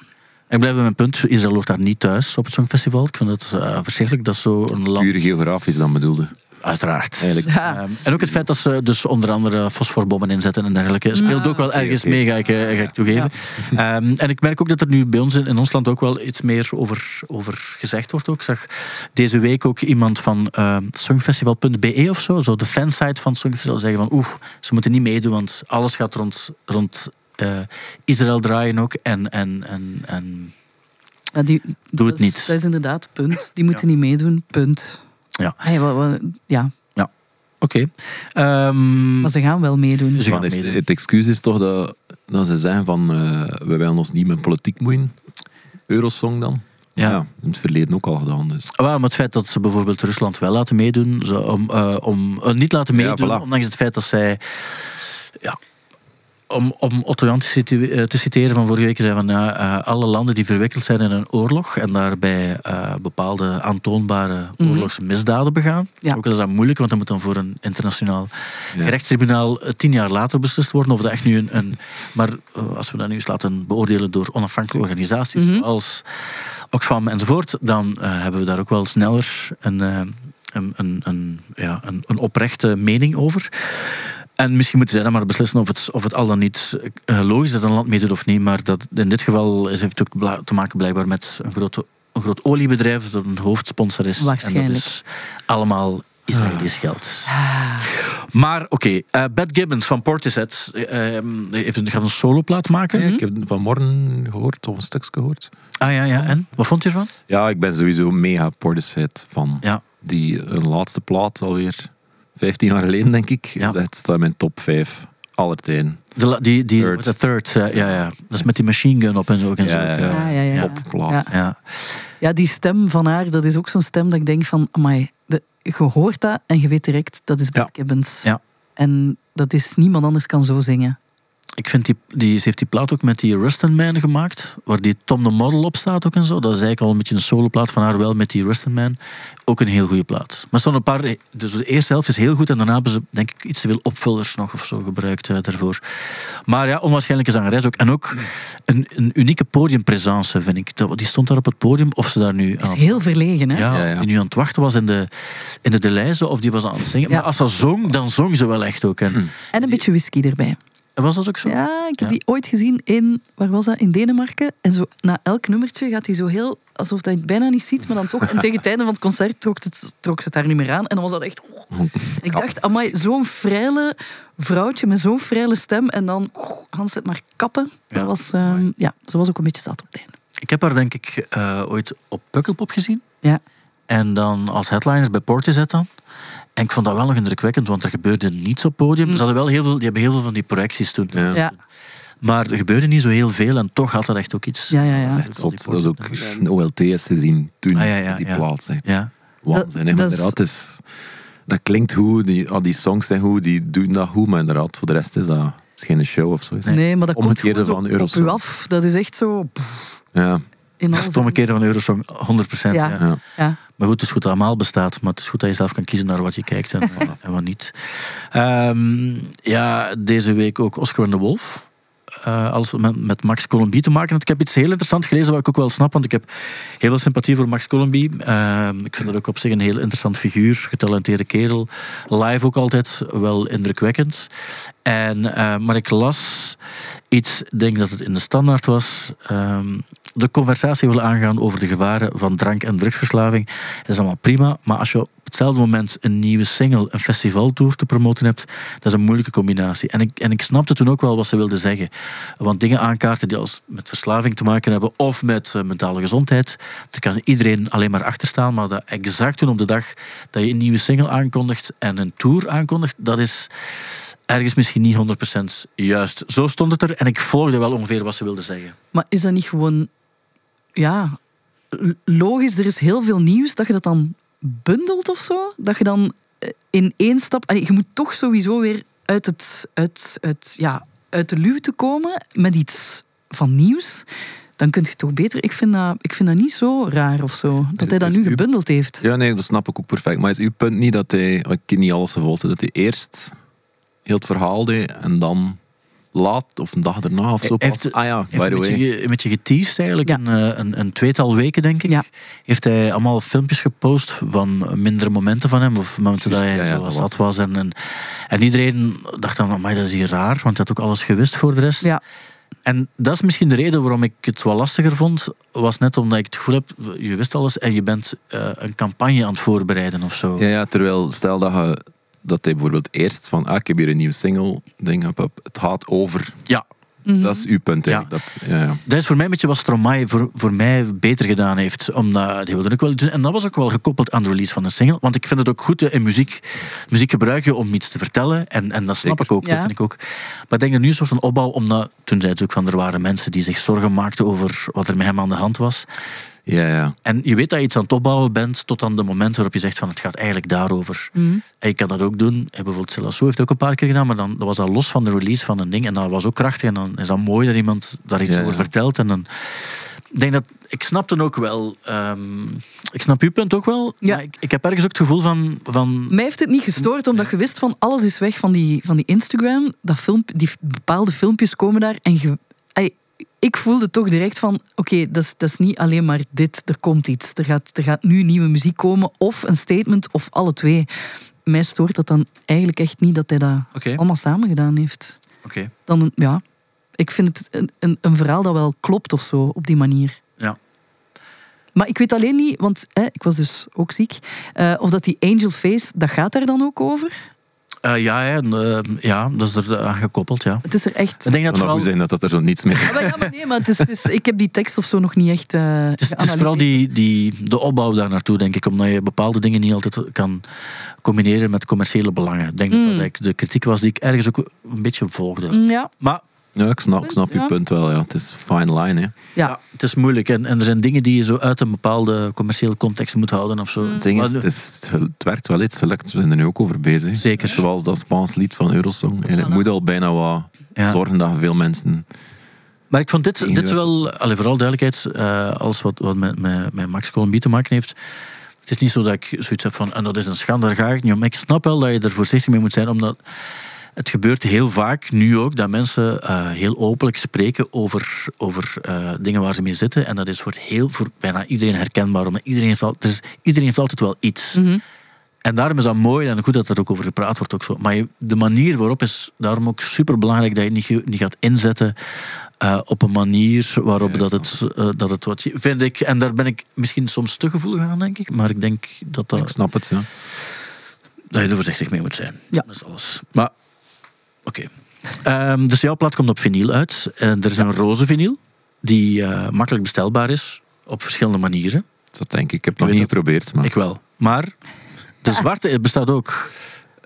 B: Ik blijf bij mijn punt, Israël hoort daar niet thuis op het Songfestival. Ik vind het eh, verschrikkelijk dat zo'n land...
D: Puur geografisch dan bedoelde.
B: Uiteraard.
D: Eigenlijk.
C: Ja.
B: Ehm, en ook het feit dat ze dus onder andere fosforbommen inzetten en dergelijke speelt ook wel ergens mee, ga ik, eh, ga ik toegeven. Ehm, en ik merk ook dat er nu bij ons in, in ons land ook wel iets meer over, over gezegd wordt. Ook. Ik zag deze week ook iemand van ehm, songfestival.be of zo, zo de fansite van het Songfestival, zeggen van oeh, ze moeten niet meedoen, want alles gaat rond, rond eh, Israël draaien ook en... en, en, en
C: Ja, die,
B: Doe het
C: dat is-
B: niet.
C: Dat is inderdaad, punt. Die moeten niet meedoen, punt.
B: ja,
C: Ah, ja, wa- wa- ja,
B: ja. oké. Ehm,
C: maar ze gaan wel meedoen.
B: ze gaan
D: Want is-
B: meedoen.
D: het excuus is toch dat, dat ze zeggen van eh, we willen ons niet met politiek moeien. Eurosong dan.
B: Ja.
D: in het verleden ook al gedaan. Dus.
B: Waarom het feit dat ze bijvoorbeeld Rusland wel laten meedoen, ze om, eh, om eh, niet laten
D: Ja,
B: meedoen,
D: voilà.
B: ondanks het feit dat zij. Ja, om, om Otto Jan te, citu- eh, te citeren van vorige week, zei van ja, eh, alle landen die verwikkeld zijn in een oorlog en daarbij eh, bepaalde aantoonbare oorlogsmisdaden begaan.
C: Ja.
B: Ook al is dat moeilijk, want dat moet dan voor een internationaal
D: Ja.
B: gerechtstribunaal eh, tien jaar later beslist worden. Of dat echt nu een. een maar eh, als we dat nu eens laten beoordelen door onafhankelijke organisaties, zoals Oxfam enzovoort, dan eh, hebben we daar ook wel sneller een, eh, een, een, een, ja, een, een oprechte mening over. En misschien moeten zij dan maar beslissen of het, of het al dan niet eh, logisch is dat een land meedoet of niet. Maar dat, in dit geval is, heeft het ook bla- te maken blijkbaar met een, grote, een groot oliebedrijf dat een hoofdsponsor is. En
C: Waarschijnlijk.
B: dat is allemaal Israëlisch
D: Ah.
B: geld. Maar oké, eh, Bad Gibbons van Portishead eh, ehm, heeft een, gaat een soloplaat maken.
C: Mhm.
D: Ja, Ik heb het vanmorgen gehoord, of een stukje gehoord.
B: Ah ja, ja. En? Wat vond je ervan?
D: Ja, ik ben sowieso mega Portishead van
B: Ja.
D: die een laatste plaat alweer 15 jaar geleden, denk ik.
B: Ja.
D: Dat staat in mijn top 5 aller tijden.
B: De, la- die, die,
D: Third.
B: De third eh, ja, ja. Dat is met die machine gun op en zo. ook En zo
D: Ja,
B: ook,
D: ja,
B: eh,
C: Ah, Ja, ja, ja.
D: Popplaat.
C: Ja.
B: ja.
C: Ja, die stem van haar, dat is ook zo'n stem dat ik denk van, amai, de, je hoort dat en je weet direct, dat is Brad
D: Ja.
C: Gibbons.
B: Ja.
C: En dat is, niemand anders kan zo zingen.
B: Ik vind die, die, ze heeft die plaat ook met die Rust in Man gemaakt, waar die Tom de Model op staat ook en zo. Dat is eigenlijk al een beetje een soloplaat van haar, wel met die Rust in Man. Ook een heel goede plaat. Maar zo'n paar, dus de eerste helft is heel goed en daarna hebben ze denk ik iets te veel opvullers nog of zo gebruikt eh, daarvoor. Maar ja, onwaarschijnlijke zangeres ook. En ook een, een unieke podiumpresence vind ik. Dat- Die stond daar op het podium, of ze daar nu
C: is
B: aan
C: heel verlegen, hè?
B: ja,
D: Ja, ja.
B: die nu aan het wachten was in de, in de Deleuze of die was aan het zingen.
C: Ja.
B: Maar als ze zong, dan zong ze wel echt ook. En,
D: Hm.
C: En een beetje whisky erbij.
B: en was dat ook zo?
C: Ja, ik heb
B: Ja.
C: die ooit gezien in, waar was dat, in Denemarken. En zo, na elk nummertje gaat hij zo heel, alsof hij het bijna niet ziet, maar dan toch. En tegen het einde van het concert trok, het, trok ze het daar niet meer aan. En dan was dat echt... oh. En ik dacht, amai, zo'n frele vrouwtje met zo'n frele stem. En dan, oh, Hans, het maar kappen. Dat
B: Ja,
C: was, ehm, ja, ze was ook een beetje zat op het einde.
B: Ik heb haar denk ik eh, ooit op Pukkelpop gezien.
C: Ja.
B: En dan als headliners bij Portishead dan. En ik vond dat wel nog indrukwekkend, want er gebeurde niets op podium. Ze hadden wel heel veel, die hebben heel veel van die projecties toen.
D: Ja.
C: Ja.
B: Maar er gebeurde niet zo heel veel en toch had dat echt ook iets.
C: Ja, ja, ja.
B: Dat is echt
D: Het
B: wel
D: zot,
B: die
D: dat is ook
B: Portishead.
D: een OLT's te zien toen,
B: Ah, ja, ja,
D: die
B: ja.
D: plaats. Echt.
B: Ja.
D: Waanzinnig,
C: Dat- dat
D: maar
C: is-
D: inderdaad, het is, dat klinkt goed, die, ah, die songs zijn goed, die doen dat goed, maar inderdaad, voor de rest is dat is geen show of zo. is het?
C: Nee, maar dat komt
D: Omgekeerde
C: gewoon zo
D: van
C: op
D: Eurosong.
C: u af. Dat is echt zo... pff,
D: Ja,
C: in alles.
B: Stomme keren van Eurosong, 100%.
C: Ja.
B: ja.
D: ja.
C: Ja.
B: Maar goed, het is goed dat Amaal bestaat, maar het is goed dat je zelf kan kiezen naar wat je kijkt en, eh, en wat niet. Ehm, ja, deze week ook Oscar en de Wolf. Eh, alles met, met Max Colombi te maken. had. Ik heb iets heel interessants gelezen, wat ik ook wel snap, want ik heb heel veel sympathie voor Max Colombi. Ehm, ik vind dat ook op zich een heel interessant figuur, getalenteerde kerel. Live ook altijd wel indrukwekkend. En, eh, maar ik las iets, ik denk dat het in de standaard was. ehm, de conversatie willen aangaan over de gevaren van drank- en drugsverslaving. Dat is allemaal prima, maar als je op hetzelfde moment een nieuwe single, een festivaltour te promoten hebt, dat is een moeilijke combinatie. En ik, en ik snapte toen ook wel wat ze wilde zeggen. Want dingen aankaarten die als met verslaving te maken hebben of met eh, mentale gezondheid, daar kan iedereen alleen maar achter staan. Maar dat exact toen op de dag dat je een nieuwe single aankondigt en een tour aankondigt, dat is ergens misschien niet 100% juist. Zo stond het er en ik volgde wel ongeveer wat ze wilde zeggen.
C: Maar is dat niet gewoon... Ja, l- logisch, er is heel veel nieuws dat je dat dan bundelt of zo? Dat je dan eh, in één stap... Allee, je moet toch sowieso weer uit, het, uit, uit, ja, uit de luwte komen met iets van nieuws. Dan kun je toch beter... Ik vind dat, ik vind dat niet zo raar of zo. Dat hij dat
D: Is-
C: nu
D: is-
C: gebundeld heeft.
D: Ja, nee, dat snap ik ook perfect. Maar is uw punt niet dat hij, ik heb niet alles gevolgd, dat hij eerst heel het verhaal deed en dan laat of een dag daarna of zo
B: Hij
D: pas. Ah ja,
B: heeft
D: by the
B: een, beetje,
D: way.
B: ge- een beetje geteased eigenlijk.
C: Ja.
B: Een, eh, een, een tweetal weken, denk ik.
C: Ja.
B: Heeft hij allemaal filmpjes gepost van mindere momenten van hem. Of momenten
D: Juist,
B: dat hij
D: ja, ja,
B: zo
D: dat
B: zat
D: was
B: was. En, en, en iedereen dacht dan, maar dat is hier raar. Want hij had ook alles gewist voor de rest.
C: Ja.
B: En dat is misschien de reden waarom ik het wel lastiger vond. Was net omdat ik het gevoel heb, je wist alles. En je bent eh, een campagne aan het voorbereiden of zo.
D: Ja, ja, terwijl stel dat, je, dat hij bijvoorbeeld eerst van, ah, ik heb hier een nieuwe single, ding, hup, hup. het gaat over.
B: ja.
C: Mhm.
D: Dat is uw punt,
B: Ja.
D: ja. Dat, ja, ja.
B: Dat is voor mij een beetje wat Stromae voor, voor mij beter gedaan heeft. Omdat die wilde ook wel, dus- en dat was ook wel gekoppeld aan de release van de single. Want ik vind het ook goed hè, in muziek. Muziek gebruik je om iets te vertellen. En, en dat snap
D: Zeker.
B: ik ook.
C: Ja.
B: Dat vind ik ook. Maar ik denk dat nu een soort van opbouw. Omdat toen zei het ook van er waren mensen die zich zorgen maakten over wat er met hem aan de hand was.
D: ja, ja.
B: En je weet dat je iets aan het opbouwen bent tot aan de moment waarop je zegt van het gaat eigenlijk daarover. En je kan dat ook doen. En bijvoorbeeld Celasso heeft het ook een paar keer gedaan, maar dan dat was dat los van de release van een ding. En dat was ook krachtig. En dan is dat mooi dat iemand daar iets
D: Ja, ja.
B: over vertelt. En dan, ik denk dat, ik snap dan ook wel, ehm, ik snap uw punt ook wel.
C: Ja.
B: Maar ik, ik heb ergens ook het gevoel van, van
C: Mij heeft het niet gestoord, omdat je wist van alles is weg van die, van die Instagram. Dat film, die f- bepaalde filmpjes komen daar en je- ey, ik voelde toch direct van, oké, dat, is, dat is niet alleen maar dit, er komt iets. Er gaat, er gaat nu nieuwe muziek komen, of een statement, of alle twee. Mij stoort dat dan eigenlijk echt niet dat hij dat
B: Oké.
C: allemaal samen gedaan heeft.
B: oké,
C: Dan, ja, ik vind het een, een, een verhaal dat wel klopt of zo, op die manier.
B: ja.
C: Maar ik weet alleen niet, want hè, ik was dus ook ziek, eh, of dat die Angel Face, dat gaat daar dan ook over?
B: Eh, ja, ja, en, eh, ja, dat is er aan gekoppeld, ja.
C: Het is er echt. Ah,
B: Ik denk dat
D: Het zou
B: vooral-
D: goed zijn dat, dat er zo niets meer
C: Ja, maar, ja, maar nee, maar het is, het is- ik heb die tekst of zo nog niet echt. eh
B: Het is, het is vooral die, die, de opbouw daar naartoe, denk ik. Omdat je bepaalde dingen niet altijd kan combineren met commerciële belangen. Ik denk dat
D: Mm.
B: dat eigenlijk de kritiek was die ik ergens ook een beetje volgde.
C: Mm, Ja,
B: Maar
D: Ja, ik snap, ik
C: Punt,
D: snap
C: ja.
D: je punt wel. Ja. Het is fine line. Hè.
C: ja.
B: het is moeilijk. En, en er zijn dingen die je zo uit een bepaalde commerciële context moet houden of zo.
D: Mm. Het, ding
B: Maar
D: is, het, is, het werkt wel iets. Het lukt. We zijn er nu ook over bezig.
B: Zeker.
D: Zoals dat Spaans lied van Eurosong. Eigenlijk
C: Voilà.
D: moet al bijna wat
B: Ja.
D: zorgen dat veel mensen...
B: Maar ik vond dit, dit
D: Ingewikkeld.
B: wel, allee, vooral duidelijkheid, eh, als wat, wat met, met, met Max Colombie te maken heeft. Het is niet zo dat ik zoiets heb van, en dat is een schande, daar ga ik niet om. Maar ik snap wel dat je er voorzichtig mee moet zijn, omdat het gebeurt heel vaak, nu ook, dat mensen eh, heel openlijk spreken over, over eh, dingen waar ze mee zitten. En dat is voor, heel, voor bijna iedereen herkenbaar, omdat iedereen heeft, al, dus iedereen heeft altijd wel iets.
D: Mhm.
B: En daarom is dat mooi en goed dat er ook over gepraat wordt. Ook zo. Maar je- de manier waarop is daarom ook superbelangrijk dat je het niet, ge- niet gaat inzetten eh, op een manier waarop
D: Ja,
B: dat,
D: ik
B: het, eh, dat het wat... je- Vind ik, en daar ben ik misschien soms te gevoelig aan, denk ik. Maar ik denk dat,
D: Ik
B: dat,
D: snap het, ja.
B: dat je er voorzichtig mee moet zijn.
C: Ja.
B: Dat is alles. Maar, oké. Ehm, dus jouw plaat komt op vinyl uit. En er is een roze vinyl die eh, makkelijk bestelbaar is op verschillende manieren.
D: Dat denk ik. Ik heb het nog
B: weet
D: niet
B: dat-
D: geprobeerd, maar...
B: Ik wel. Maar de zwarte bestaat ook.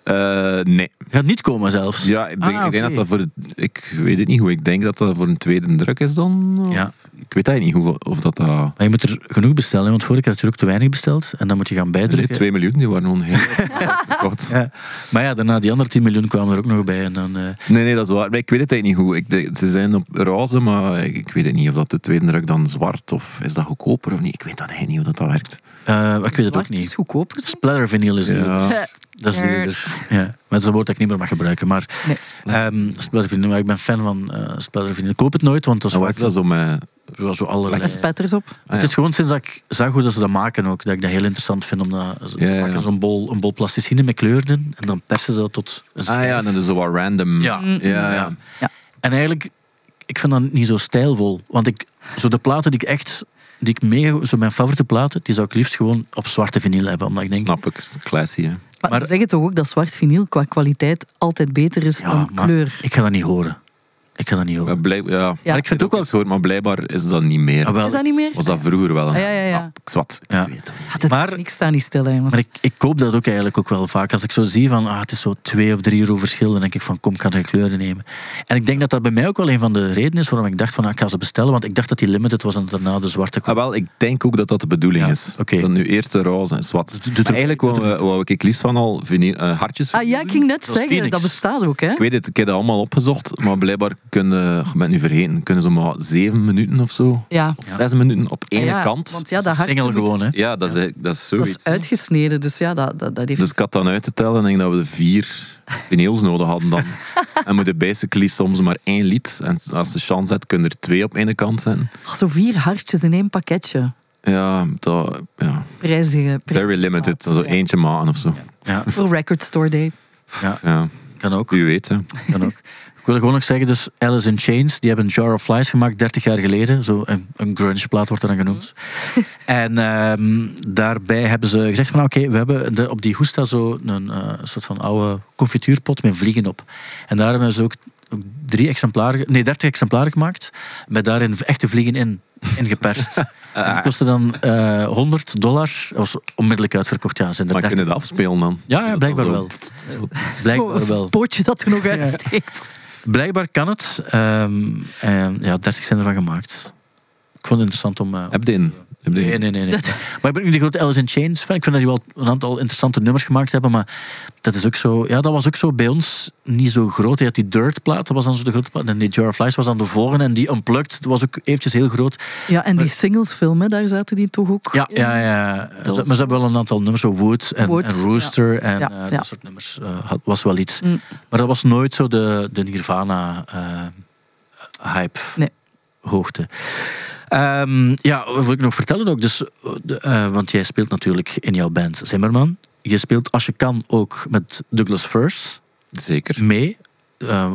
D: Eh, nee.
B: Gaat niet komen zelfs.
D: Ja, ik denk,
B: Ah,
D: ik denk
B: oké.
D: dat dat voor... de- Ik weet het niet hoe. Ik denk dat dat voor een tweede druk is dan. of-
B: Ja.
D: Ik weet eigenlijk niet hoe, of dat... eh, dat
B: Maar je moet er genoeg bestellen, want vorige keer had je er ook te weinig besteld. En dan moet je gaan
D: de
B: bijdrukken.
D: twee miljoen, die waren gewoon heel snel verkocht.
B: Ja. Maar ja, daarna die andere 10 miljoen kwamen er ook nog bij. En dan, eh,
D: Nee, nee, dat is waar. Maar ik weet het eigenlijk niet hoe. Ik, denk- ze zijn op roze, maar ik, ik weet het niet of dat de tweede druk dan zwart of is dat goedkoper of niet. Ik weet dat eigenlijk niet hoe dat, dat werkt.
B: eh, ik weet het ook
C: Zwart is
B: niet.
C: goedkoper. zeg.
B: Splattervinyl is duurder.
D: Ja.
B: Dat is duurder. Ja. Maar dat is een woord dat ik niet meer mag gebruiken. Maar
C: Nee.
B: ehm splattervinyl, maar ik ben fan van eh splattervinyl. Ik koop het nooit, want dat is
D: En wat is
B: vaak
D: Oh, dat zo met...
B: wel zo allerlei...
C: En spetters op.
D: Ah, ja.
B: Het is gewoon sinds dat ik zag hoe dat ze dat maken ook, dat ik dat heel interessant vind. Omdat ze ze
D: Ja, ja, ja.
B: maken zo'n bol, een bol plasticine met kleuren in, en dan persen ze dat tot een
D: Ah
B: schijf.
D: ja, dat is zo wat random.
B: Ja.
D: ja, ja.
B: Ja. En eigenlijk, ik vind dat niet zo stijlvol. Want ik, zo de platen die ik echt, die ik mega, zo mijn favoriete platen, die zou ik liefst gewoon op zwarte vinyl hebben. Omdat ik denk,
D: Snap ik. Classy, hè.
C: Maar,
B: Maar-
C: ze zeggen toch ook dat zwart vinyl qua kwaliteit altijd beter is
B: ja,
C: dan
B: maar
C: kleur.
B: ik ga dat niet horen. Ik ga dat niet
D: Maar
B: horen.
D: blijk- ja.
C: Maar
B: ik vind
D: heb
B: ook wel-
D: eens gehoord, maar blijkbaar is dat niet meer.
B: Ah, wel.
C: Is dat niet meer?
D: Was dat vroeger wel?
C: Ah, ja, ja, ja.
D: Ah, ik zwart.
B: Ja.
D: Ik weet het ook niet.
C: Ah, dat-
B: maar-
C: ik sta niet stil, hè, jongens.
B: Maar ik, ik koop dat ook eigenlijk ook wel vaak. Als ik zo zie van, ah, het is zo twee of drie euro verschil, dan denk ik van, kom, ik ga de kleuren nemen. En ik denk dat dat bij mij ook wel een van de redenen is waarom ik dacht van, ah, ik ga ze bestellen. Want ik dacht dat die limited was en dat daarna de zwarte
D: Ah,
B: kwam.
D: wel, ik denk ook dat dat de bedoeling
B: Ja,
D: is.
B: oké.
D: Dat nu eerst de roze en zwart. Maar eigenlijk wou, eh, wou ik ik liefst van al vinyl, eh, hartjes.
C: ah ja, ik ging net
B: Dat is
C: zeggen,
B: Phoenix.
C: dat bestaat ook, hè?
D: Ik weet het, ik heb dat allemaal opgezocht, maar blijkbaar kunnen, ik ben het nu vergeten, kunnen ze maar zeven minuten of zo,
C: Ja. Ah,
D: of zes minuten op één
C: ja,
D: kant.
C: Want ja,
B: Dat
C: dat
B: is single
C: hartje moet-
B: gewoon, hè.
D: Ja, dat is, dat is
C: Dat
D: zoiets.
C: is uitgesneden, dus ja, dat, dat, dat heeft...
D: Dus ik had dan uit te tellen en denk dat we de vier vinyls nodig hadden dan. en moeten basically soms maar één lied. En als de chance hebt, kunnen er twee op één kant zijn.
C: Oh, zo vier hartjes in één pakketje.
D: Ja, dat, ja.
C: Prijzige. prijzige
D: very limited.
C: plaat,
D: Zo
C: ja.
D: eentje maken of zo.
B: Ja,
C: Voor Record Store Day.
B: ja,
D: Ja,
B: kan ook.
D: u weet hè.
B: Kan ook. Ik wil gewoon nog zeggen, dus Alice in Chains, die hebben Jar of Flies gemaakt 30 jaar geleden. Zo een, een grunge plaat wordt er dan genoemd. En ehm, daarbij hebben ze gezegd van nou, oké, we hebben de- op die hoesta zo een eh, soort van oude confituurpot met vliegen op. En daar hebben ze ook ook drie exemplaren, nee, 30 exemplaren gemaakt met daarin echte vliegen in, ingeperst. En dat kostte dan eh 100 dollar. Dat was onmiddellijk uitverkocht, ja. Zijn er
D: Maar
B: 30.
D: kunnen dat afspelen dan?
B: Ja, ja,
D: Is dat dan
B: blijkbaar
D: zo?
B: wel.
D: Zo.
B: Blijkbaar wel.
C: Een pootje dat er nog uitsteekt.
B: Blijkbaar kan het. Ehm, en ja, 30 zijn ervan gemaakt. Ik vond het interessant om. eh,
D: Heb je in? Heb je in?
B: Nee, nee, nee. nee.
C: Dat-
B: Maar ik ben ook niet de grote Alice in Chains fan. Ik vind dat die wel een aantal interessante nummers gemaakt hebben. Maar dat, is ook zo, ja, dat was ook zo bij ons niet zo groot. Je had die Dirt plaat, dat was dan zo de grote plaat. En die Jar of Flies was dan de volgende. En die Unplugged dat was ook eventjes heel groot.
C: Ja, en die singlesfilm, hè, daar zaten die toch ook
B: Ja,
C: in?
B: ja, ja. Ze-
C: was-
B: Maar ze hebben wel een aantal nummers, zo Wood en,
C: Wood,
B: en Rooster en
C: Ja,
B: eh,
C: ja.
B: dat soort nummers. eh, had- was wel iets.
C: Mm.
B: Maar dat was nooit zo de, de Nirvana-hype.
C: Nee.
B: hoogte. Ehm, ja, wat wil ik nog vertellen ook? Dus, eh, de- eh, want jij speelt natuurlijk in jouw band Zimmerman. Je speelt als je kan ook met Douglas First
D: Zeker.
B: mee. eh, eh,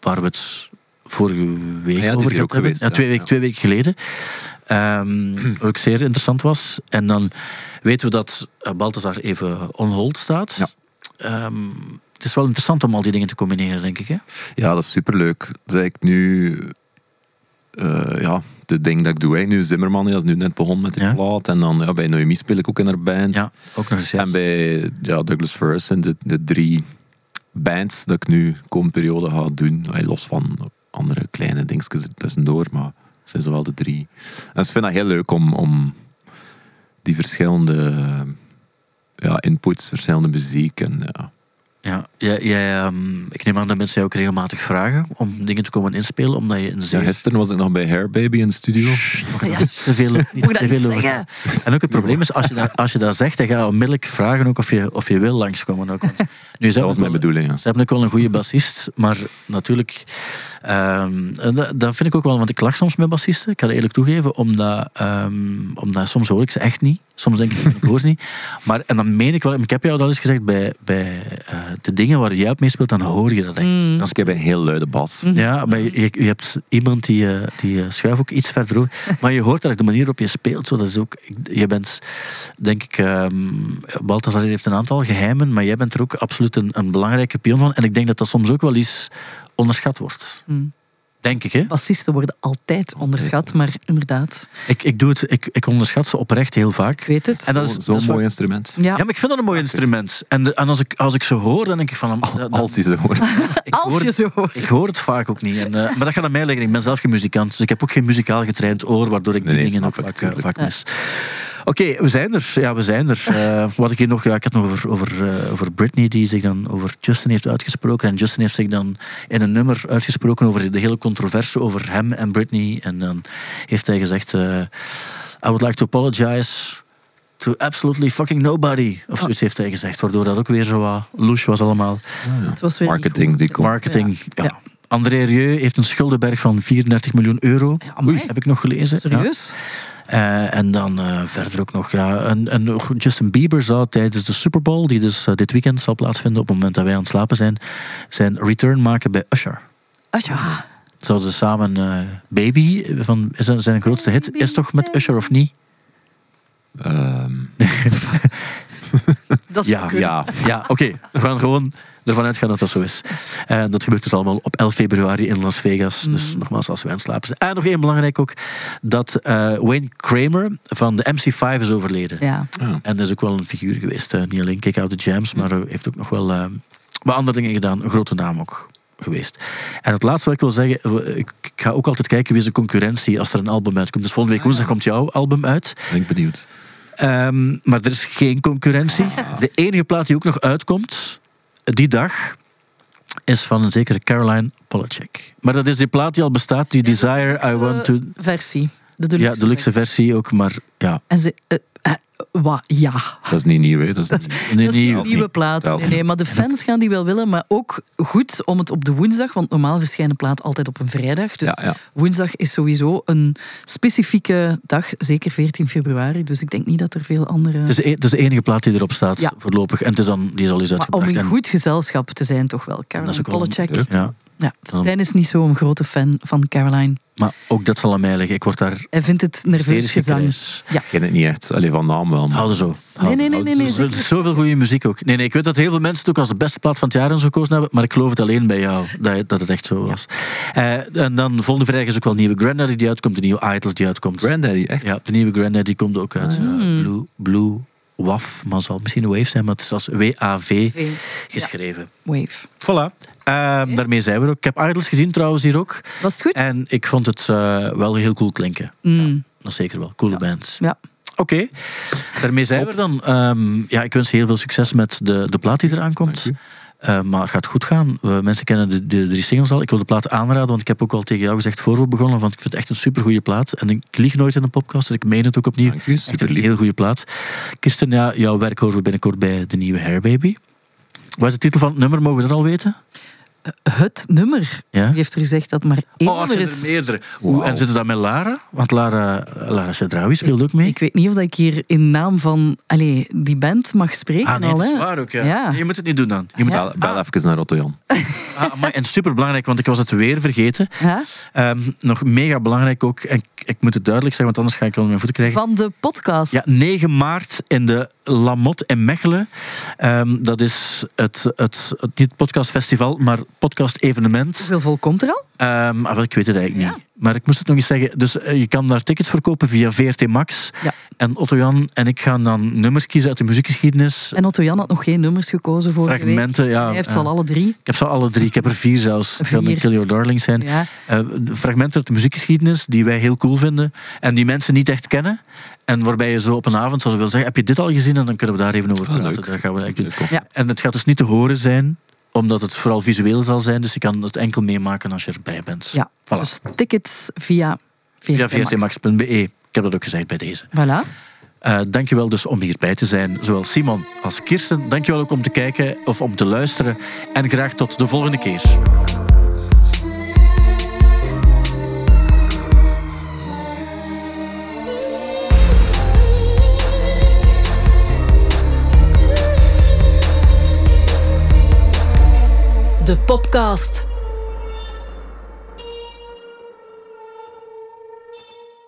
B: waar we het vorige week
D: Ah ja, die is
B: over
D: hier ook
B: gehad hebben.
D: geweest,
B: ja, twee,
D: ja,
B: weken-
D: ja.
B: twee weken geleden. Ehm, wat ook zeer interessant was. En dan weten we dat eh, Balthazar even on hold staat.
D: Ja.
B: Ehm, het is wel interessant om al die dingen te combineren, denk ik. Hè?
D: Ja, dat is superleuk. Dat is eigenlijk nu... eh, ja, de ding dat ik doe. Eigenlijk nu Zimmerman ja, is nu net begonnen met die
B: Ja.
D: plaat. En dan ja, bij Noemi speel ik ook in haar band.
B: Ja, ook nog eens. ja.
D: En bij ja, Douglas First en de, de drie bands dat ik nu de komende periode ga doen. Allee, Los van andere kleine dingetjes er tussendoor, maar het zijn zowel de drie. En ik vind dat heel leuk om, om die verschillende ja, inputs, verschillende muziek en ja,
B: Ja, jij, jij, ehm, ik neem aan dat mensen jou ook regelmatig vragen om dingen te komen inspelen, omdat je een
D: Ja,
B: zeer...
D: gisteren was ik nog bij Hair Baby in de studio.
C: Ja.
B: te veel, niet
C: Moet ik
B: te
C: dat
B: veel
C: niet
B: over-
C: zeggen?
B: En ook het probleem is, als je dat, als je dat zegt, dan ga je onmiddellijk vragen ook of, je, of je wil langskomen. Ook. Want nu,
D: Dat was mijn bedoeling, ja.
B: Ze hebben ook wel een goede bassist, maar natuurlijk... ehm, en dat, dat vind ik ook wel, want ik lach soms met bassisten. Ik ga dat eerlijk toegeven, omdat, ehm, omdat soms hoor ik ze echt niet. Soms denk ik, ik hoor ze niet. Maar, en dan meen ik wel, ik heb jou dat eens gezegd, bij, bij eh, de dingen waar jij op meespeelt, dan hoor je dat echt.
C: Mm.
B: Dan
D: Dus ik heb een heel luide bas.
C: Mhm.
B: ja, maar je, je- je hebt iemand die, eh, die eh, schuift ook iets verder over. Maar je hoort eigenlijk de manier waarop je speelt. Zo, dat is ook, ik- je bent, denk ik, ehm Balthazar heeft een aantal geheimen, maar jij bent er ook absoluut een, een belangrijke pion van. En ik denk dat dat soms ook wel eens onderschat wordt.
C: Mhm.
B: Denk ik, hè?
C: Bassisten worden altijd onderschat, maar inderdaad,
B: Ik, ik, doe het, ik, ik onderschat ze oprecht heel vaak.
C: ik weet het.
B: En dat is,
D: Zo'n
B: dat is
D: mooi
B: wat-
D: instrument.
C: ja.
B: Ja, maar ik vind dat een mooi instrument. En, de- en als, ik, als ik ze hoor, dan denk ik van... dat- dat-
D: Als hij ze hoort.
B: ik
C: Als
B: hoor-
C: je zo hoort.
B: Ik hoor het vaak ook niet. En, eh, maar dat gaat aan mij liggen. Ik ben zelf geen muzikant, dus ik heb ook geen muzikaal getraind oor, waardoor ik die
D: Nee, nee,
B: dingen ook
D: snap ik,
B: vaak, eh,
D: tuurlijk.
B: vaak mis. Oké, we zijn er. Ja, we zijn er. Eh, wat ik hier nog... Ja, ik had nog over, over, eh, over Britney, die zich dan over Justin heeft uitgesproken. En Justin heeft zich dan in een nummer uitgesproken over de hele controverse over hem en Britney. En dan heeft hij gezegd... eh, I would like to apologize... To absolutely fucking nobody.
C: Oh.
B: Of zoiets heeft hij gezegd. Waardoor dat ook weer zo wat loes was allemaal.
C: Het was weer niet
D: Marketing,
C: goed.
D: die komt.
B: Marketing. Ja.
C: Ja. Ja.
B: André Rieu heeft een schuldenberg van 34 miljoen euro.
C: Ja, amai.
B: Heb ik nog gelezen.
C: Serieus?
B: Ja. Eh, en dan eh, verder ook nog. Ja, en, en nog Justin Bieber zou tijdens de Super Bowl, die dus eh, dit weekend zal plaatsvinden, op het moment dat wij aan het slapen zijn, zijn return maken bij Usher.
C: Ah ja.
B: Zouden ze samen eh, Baby, van, zijn, zijn grootste hit, is toch met Usher of niet?
D: Ehm,
C: Dat is
B: Ja,
D: ja,
B: Ja, oké. We gaan gewoon ervan uitgaan dat dat zo is. Eh, dat gebeurt dus allemaal op 11 februari in Las Vegas. Dus nogmaals, als we aan slapen zijn. En nog één belangrijk ook. Dat eh, Wayne Kramer van de MC5 is overleden.
C: Ja.
D: ja.
B: En dat is ook wel een figuur geweest. eh, niet alleen Kick Out The Jams, maar eh, heeft ook nog wel eh, wat andere dingen gedaan. Een grote naam ook geweest. En het laatste wat ik wil zeggen, we- ik ik ga ook altijd kijken wie is de concurrentie als er een album uitkomt. Dus volgende week woensdag komt jouw album uit.
D: ben ik benieuwd.
B: Ehm, maar er is geen concurrentie. De enige plaat die ook nog uitkomt die dag is van een zekere Caroline Polachek. Maar dat is die plaat die al bestaat, die Desire I Want to.
C: Versie. eh, De
B: Ja,
C: deluxe.
B: de luxe versie ook, maar ja.
C: En ze... eh, eh, wa- ja.
D: Dat is niet nieuw, hè. Dat is niet nieuw.
B: Nee,
C: dat is
B: nee,
C: een
B: ook
C: nieuwe
B: niet.
C: plaat.
D: Wel.
C: Nee, nee, maar de fans gaan die wel willen. Maar ook goed om het op de woensdag... Want normaal verschijnen plaat altijd op een vrijdag. Dus
D: Ja, ja.
C: woensdag is sowieso een specifieke dag. Zeker 14 februari. Dus ik denk niet dat er veel andere...
B: Het is, de e- het is de enige plaat die erop staat
C: Ja.
B: voorlopig. En het is al, die is al eens
C: maar om
B: uitgebracht.
C: in
B: En
C: goed gezelschap te zijn toch wel.
B: dat is
C: Caroline
B: ook wel
C: Polachek.
D: leuk.
B: Ja.
C: Ja, Stijn is niet zo'n grote fan van Caroline.
B: Maar ook dat zal aan mij liggen. Ik word daar
C: Hij vindt het
B: zeer
C: nerveus gezang.
B: gekrijs.
C: Ja.
D: Ik ken het niet echt. Allee, van naam wel. maar-
B: Houden zo.
C: Nee, nee, nee, nee. nee,
B: Er is zoveel goede muziek ook. Nee, nee, ik weet dat heel veel mensen het ook als de beste plaat van het jaar en zo gekozen hebben, maar ik geloof het alleen bij jou dat, dat het echt zo was. Eh, en dan volgende vrijdag is ook wel een nieuwe Grandaddy die uitkomt, de nieuwe Idols die uitkomt.
D: Granddaddy, echt?
B: ja, de nieuwe Grandaddy komt ook uit. eh,
C: Hmm.
B: Blue, Blue Waf, maar zal misschien een wave zijn, maar het is als W-A-V
C: V.
B: geschreven.
C: Wave.
B: Voilà. Eh, Daarmee zijn we er ook. Ik heb Idols gezien trouwens hier ook.
C: Was het goed?
B: En ik vond het eh, wel heel cool klinken.
C: Mm,
B: Dat is zeker wel. Coole bands.
C: ja.
B: Oké, daarmee zijn we er dan. Ehm, ja, ik wens je heel veel succes met de, de plaat die eraan komt.
D: Dank
B: Eh, maar het gaat goed gaan. We- mensen kennen de, de drie singles al. Ik wil de plaat aanraden, want ik heb ook al tegen jou gezegd voor we begonnen, want ik vind het echt een supergoeie plaat. En ik lieg nooit in een podcast, dus ik meen het ook opnieuw.
D: Dank u,
B: Echt een
D: superlief.
B: heel goede plaat. Kirsten, ja, jouw werk horen we binnenkort bij de nieuwe Hair Baby. Wat is de titel van het nummer? Mogen we dat al weten?
C: Het nummer.
B: Ja?
C: Wie heeft er gezegd dat maar één
B: Oh, het
C: nummer
B: zijn er
C: is?
B: meerdere. Oeh, En zitten we dan met Lara? Want Lara, Lara Chedraoui speelt ook mee.
C: Ik weet niet of ik hier in naam van allee, die band mag spreken.
B: Ah nee,
C: al,
B: dat is
C: hè.
B: waar ook. Ja.
C: Ja.
B: Nee, Je moet het niet doen dan. Je moet
D: Bel, bel even naar Otto Jan.
B: Ah, amai, en superbelangrijk, want ik was het weer vergeten.
C: Ja?
B: Ehm, nog mega belangrijk ook, en ik, ik moet het duidelijk zeggen, want anders ga ik onder mijn voeten krijgen.
C: Van de podcast.
B: Ja, 9 maart in de Lamotte in Mechelen. Ehm, dat is het, het, het- niet het podcastfestival, maar podcast-evenement.
C: Hoeveel vol komt er al?
B: Ehm, ah, wel, ik weet het eigenlijk
C: Ja.
B: niet. Maar ik moest het nog eens zeggen. Dus eh, je kan daar tickets verkopen via VRT Max.
C: Ja.
B: En Otto-Jan en ik gaan dan nummers kiezen uit de muziekgeschiedenis.
C: En Otto Jan had nog geen nummers gekozen voor
B: Fragmenten, ja. eh,
C: Hij heeft ze
B: ja.
C: al alle drie.
B: Ik heb ze alle drie, ik heb er vier zelfs. Het kan
C: Vier.
B: een Kill Your Darling zijn.
C: Ja.
B: Eh, de fragmenten uit de muziekgeschiedenis die wij heel cool vinden en die mensen niet echt kennen. En waarbij je zo op een avond zou willen zeggen, heb je dit al gezien? En dan kunnen we daar even over
D: Ah,
B: praten.
D: leuk.
B: Dat gaan we eigenlijk doen.
D: Leuk.
C: Ja.
B: En het gaat dus niet te horen zijn, omdat het vooral visueel zal zijn. Dus je kan het enkel meemaken als je erbij bent.
C: Ja.
B: Voilà.
C: Dus tickets via VRT,
B: Via
C: Max.
B: vrtmax.be. E. Ik heb dat ook gezegd bij deze.
C: Voilà.
B: Eh dankjewel dus om hierbij te zijn, zowel Simon als Kirsten. Dankjewel ook om te kijken of om te luisteren. En graag tot de volgende keer.
A: De podcast.